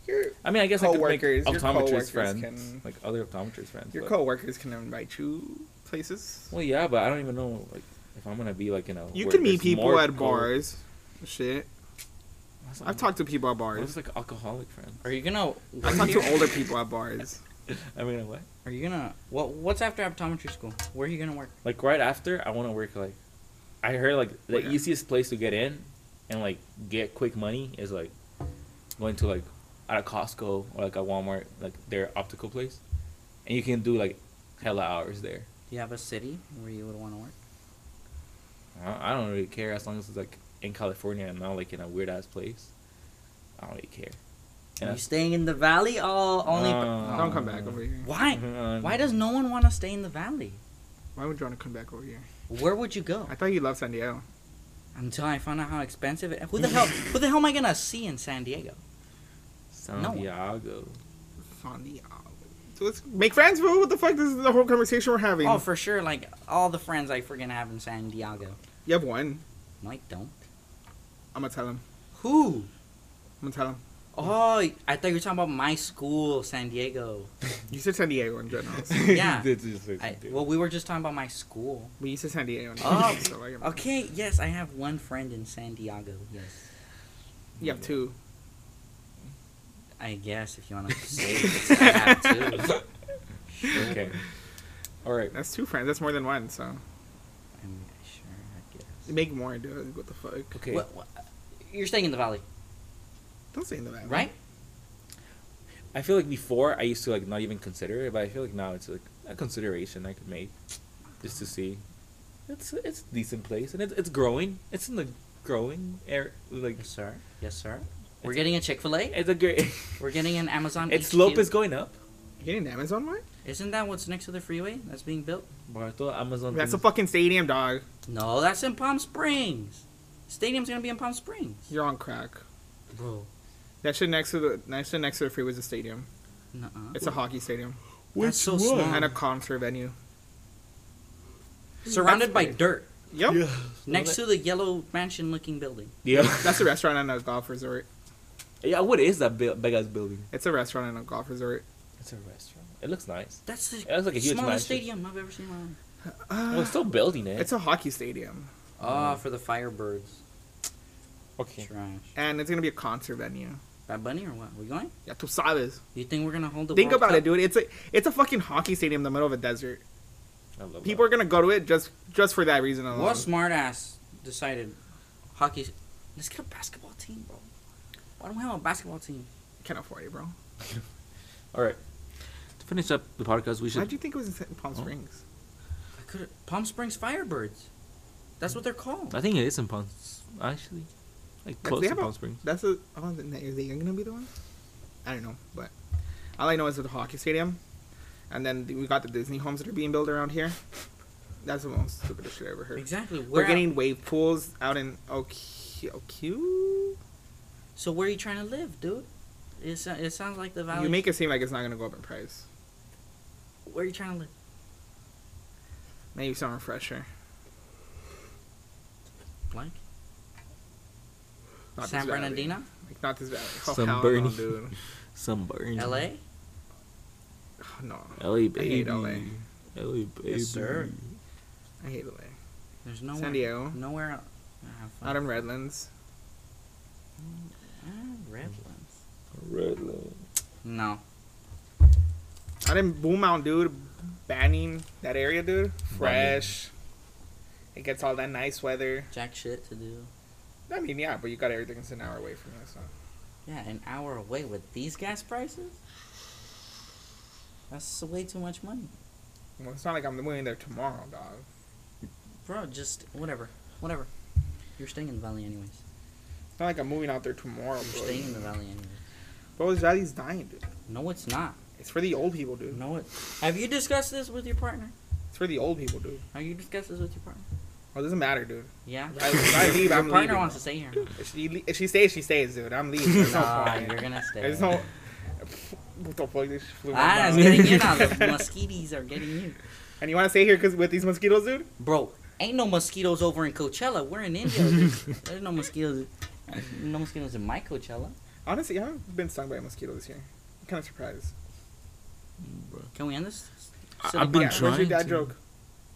Speaker 2: your
Speaker 4: I mean, I guess I could make
Speaker 2: coworkers- your
Speaker 4: optometrist
Speaker 2: coworkers
Speaker 4: friends,
Speaker 2: can-
Speaker 4: like other optometrist friends.
Speaker 2: your
Speaker 4: but-
Speaker 2: coworkers can invite you places.
Speaker 4: Well, yeah, but I don't even know like if I'm gonna be like you know.
Speaker 2: You
Speaker 4: where
Speaker 2: can meet
Speaker 4: there's
Speaker 2: people
Speaker 4: more
Speaker 2: at
Speaker 4: co-
Speaker 2: bars. Shit,
Speaker 4: That's not-
Speaker 2: I've talked to people at
Speaker 4: I was
Speaker 2: bars.
Speaker 4: like alcoholic friend.
Speaker 3: are you gonna?
Speaker 2: I've talked to older people at bars.
Speaker 4: *laughs* I mean, what?
Speaker 3: Are you gonna? What? What's after optometry school? Where are you gonna work?
Speaker 4: Like right after, I want to work like. I heard like the
Speaker 2: Where?
Speaker 4: easiest place to get in, and like get quick money is like, going to like, at a Costco or like a Walmart like their optical place, and you can do like, hella hours there.
Speaker 3: Do you have a city where you would want to work?
Speaker 4: I I don't really care as long as it's like in California and not like in a weird ass place. I don't really care.
Speaker 3: Are
Speaker 4: Yeah.
Speaker 3: you staying in the valley? Oh, only.
Speaker 4: No.
Speaker 2: Don't come back over here.
Speaker 3: Why?
Speaker 4: *laughs* Um,
Speaker 3: Why does no one want to stay in the valley?
Speaker 2: Why would you want to come back over here?
Speaker 3: Where would you go?
Speaker 2: I thought you loved San Diego.
Speaker 3: Until I found out how expensive it. Who the hell? Who the hell am I gonna see in San Diego?
Speaker 4: San
Speaker 3: No.
Speaker 4: *laughs* Diego?
Speaker 2: San Diego. So let's make friends, bro. What the fuck? This is the whole conversation we're having.
Speaker 3: Oh, for sure. Like all the friends I freaking have in San Diego.
Speaker 2: you have one.
Speaker 3: No, I don't.
Speaker 2: I'm gonna tell him.
Speaker 3: Who?
Speaker 2: I'm gonna tell him.
Speaker 3: Oh, I thought you were talking about my school, San Diego.
Speaker 2: You said San Diego in
Speaker 4: *laughs*
Speaker 2: general. so-
Speaker 3: Yeah.
Speaker 4: This is like-
Speaker 3: I, well, we were just talking about my school.
Speaker 2: But you said San Diego. in
Speaker 3: Oh,
Speaker 2: general, so, like, I'm-
Speaker 3: Okay. Yes, I have one friend in San Diego. Yes.
Speaker 2: You have two.
Speaker 3: I guess if you want to say it, I have two.
Speaker 4: okay. All right.
Speaker 2: That's two friends. That's more than one. So
Speaker 3: I mean, sure, I guess.
Speaker 2: make more, dude. What the fuck?
Speaker 4: Okay.
Speaker 3: What, what, you're staying in the valley,
Speaker 2: Don't say in the back.
Speaker 3: right?
Speaker 4: I feel like before I used to like not even consider it, but I feel like now it's like a consideration I could make, just to see. It's it's a decent place and it's it's growing. It's in the growing air. Like
Speaker 3: Yes, sir. Yes, sir. We're
Speaker 4: It's-
Speaker 3: getting a Chick Fil A.
Speaker 4: it's a great. *laughs*
Speaker 3: We're getting an Amazon.
Speaker 4: its
Speaker 3: HQ.
Speaker 4: slope is going up.
Speaker 2: You getting an Amazon one?
Speaker 3: Isn't that what's next to the freeway that's being built?
Speaker 4: Barto Amazon.
Speaker 2: That's a
Speaker 4: things-
Speaker 2: fucking stadium, dog.
Speaker 3: No, that's in Palm Springs. Stadium's gonna be in Palm Springs,
Speaker 2: You're on crack.
Speaker 3: bro.
Speaker 2: That shit next to the next to next to the freeway is a stadium.
Speaker 3: Nuh
Speaker 2: It's a hockey stadium
Speaker 3: That's so small.
Speaker 2: and a concert venue.
Speaker 3: Surrounded
Speaker 2: That's
Speaker 3: by
Speaker 2: weird.
Speaker 3: dirt,
Speaker 2: Yep.
Speaker 4: Yeah.
Speaker 3: next to the yellow mansion-looking building.
Speaker 4: Yeah.
Speaker 2: That's a restaurant and a golf resort.
Speaker 4: *laughs* Yeah. What is that bu- big ass building?
Speaker 2: It's a restaurant and a golf resort.
Speaker 4: It's a restaurant. It looks *gasps* nice.
Speaker 3: That's the
Speaker 4: That looks like a huge
Speaker 3: smallest
Speaker 4: mansion.
Speaker 3: stadium I've ever seen. in my life.
Speaker 4: Well, it's still building it.
Speaker 2: It's a hockey stadium,
Speaker 3: Oh, for the Firebirds.
Speaker 4: okay.
Speaker 3: Trash.
Speaker 2: and it's gonna be a concert venue.
Speaker 3: Bad Bunny or what? We going?
Speaker 2: Yeah, tú sabes.
Speaker 3: You think we're gonna hold the?
Speaker 2: Think
Speaker 3: World
Speaker 2: about
Speaker 3: Cup?
Speaker 2: it, dude. It's a it's a fucking hockey stadium in the middle of a desert.
Speaker 4: I love
Speaker 2: People
Speaker 4: that.
Speaker 2: are gonna go to it just just for that reason alone.
Speaker 3: What smartass decided hockey? Let's get a basketball team, bro. Why don't we have a basketball team?
Speaker 2: Can't afford it, bro.
Speaker 4: All right. To finish up the podcast, we
Speaker 2: Why'd
Speaker 4: should.
Speaker 2: you think it was in Palm
Speaker 4: Oh.
Speaker 2: Springs?
Speaker 3: I could Palm Springs Firebirds. That's what they're called.
Speaker 4: I think it is in Palm, actually, like
Speaker 2: They
Speaker 4: close to
Speaker 2: have a-
Speaker 4: Palm Springs.
Speaker 2: That's a. Oh, is they gonna be the one? I don't know, but all I know is the hockey stadium, and then we got the Disney homes that are being built around here. That's the most stupidest shit I ever heard.
Speaker 3: Exactly. Where
Speaker 2: We're getting wave pools out in OQ. OQ?
Speaker 3: So where are you trying to live, dude? It, so, it sounds like the valley.
Speaker 2: You make it seem like it's not gonna go up in price.
Speaker 3: where are you trying to live?
Speaker 2: Maybe some refresher.
Speaker 3: Like
Speaker 2: Not
Speaker 3: San
Speaker 2: this valley.
Speaker 3: Bernardino,
Speaker 2: Like not this valley. Oh,
Speaker 4: San
Speaker 2: hell no,
Speaker 4: Bernie. *laughs*
Speaker 2: dude.
Speaker 4: Sunburn.
Speaker 3: L.A.
Speaker 2: Oh, no,
Speaker 4: LA baby.
Speaker 2: hate LA.
Speaker 4: LA baby.
Speaker 3: sir.
Speaker 2: I hate LA.
Speaker 3: There's nowhere.
Speaker 2: San Diego.
Speaker 3: Nowhere. el- Ah, fuck.
Speaker 2: Out in Redlands.
Speaker 3: Ah, Redlands.
Speaker 4: Redland.
Speaker 3: No.
Speaker 2: Out in Boom Mount, dude. Banning that area, dude. Fresh. It gets all that nice weather.
Speaker 3: Jack shit to do.
Speaker 2: I mean, yeah, but you got everything that's an hour away from us. So.
Speaker 3: Yeah, an hour away with these gas prices? That's way too much money.
Speaker 2: Well, it's not like I'm going there tomorrow, dog.
Speaker 3: Bro, just whatever. Whatever. You're staying in the valley anyways.
Speaker 2: It's not like I'm moving out there tomorrow,
Speaker 3: You're
Speaker 2: bro.
Speaker 3: staying in the valley anyways.
Speaker 2: Bro, this valley's dying, dude.
Speaker 3: No, it's not.
Speaker 2: It's for the old people, dude.
Speaker 3: No, it. Have you discussed this with your partner?
Speaker 2: It's for the old people, dude.
Speaker 3: Have you discussed this with your partner?
Speaker 2: Well, it doesn't matter, dude.
Speaker 3: Yeah.
Speaker 2: I- if
Speaker 3: *laughs*
Speaker 2: I leave,
Speaker 3: your
Speaker 2: I'm
Speaker 3: partner
Speaker 2: leaving.
Speaker 3: wants to stay here.
Speaker 2: If she, le- if she stays, she stays, dude. I'm leaving. There's no
Speaker 3: Nah,
Speaker 2: point.
Speaker 3: you're gonna stay.
Speaker 2: There's no. *laughs* What the fuck? This flew my
Speaker 3: Ah, it's
Speaker 2: mouth.
Speaker 3: getting you
Speaker 2: *laughs*
Speaker 3: now. The mosquitoes are getting you.
Speaker 2: and you want to stay here because with these mosquitoes, dude?
Speaker 3: Bro, ain't no mosquitoes over in Coachella. We're in India. There's, there's no mosquitoes. No mosquitoes in my Coachella.
Speaker 2: Honestly, I haven't been stung by a mosquito this year. I'm kind of surprised.
Speaker 3: Can we end this?
Speaker 4: I-
Speaker 3: silly
Speaker 4: I've been
Speaker 2: yeah,
Speaker 3: podcast?
Speaker 4: trying-
Speaker 2: what's your dad
Speaker 4: to.
Speaker 2: joke?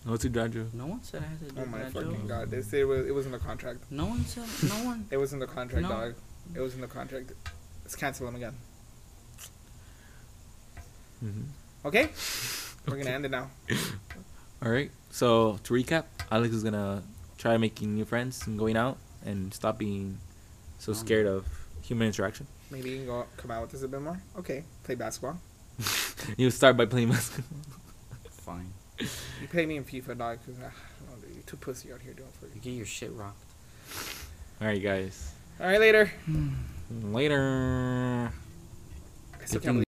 Speaker 4: What's your dad joke?
Speaker 3: No one said I had to do
Speaker 2: Oh my
Speaker 3: that
Speaker 2: fucking
Speaker 3: joke.
Speaker 2: god! This it was it was in the contract.
Speaker 3: No one said. No one.
Speaker 2: It was in the contract,
Speaker 3: No.
Speaker 2: dog. It was in the contract. Let's cancel them again.
Speaker 4: Mhm.
Speaker 2: Okay, we're gonna end it now.
Speaker 4: All right. So to recap, Alex is gonna try making new friends and going out and stop being so
Speaker 3: Oh.
Speaker 4: scared of human interaction.
Speaker 2: Maybe you can go come out with us a bit more. Okay, play basketball.
Speaker 4: *laughs* You start by playing basketball.
Speaker 3: Fine.
Speaker 2: You play me in FIFA, dog. Cause ah, oh, dude, you're too pussy out here doing for
Speaker 3: You
Speaker 2: you.
Speaker 3: get your shit rocked.
Speaker 4: All right, guys.
Speaker 2: All right, later.
Speaker 4: Later.
Speaker 2: I still
Speaker 4: Good
Speaker 2: can't
Speaker 4: thing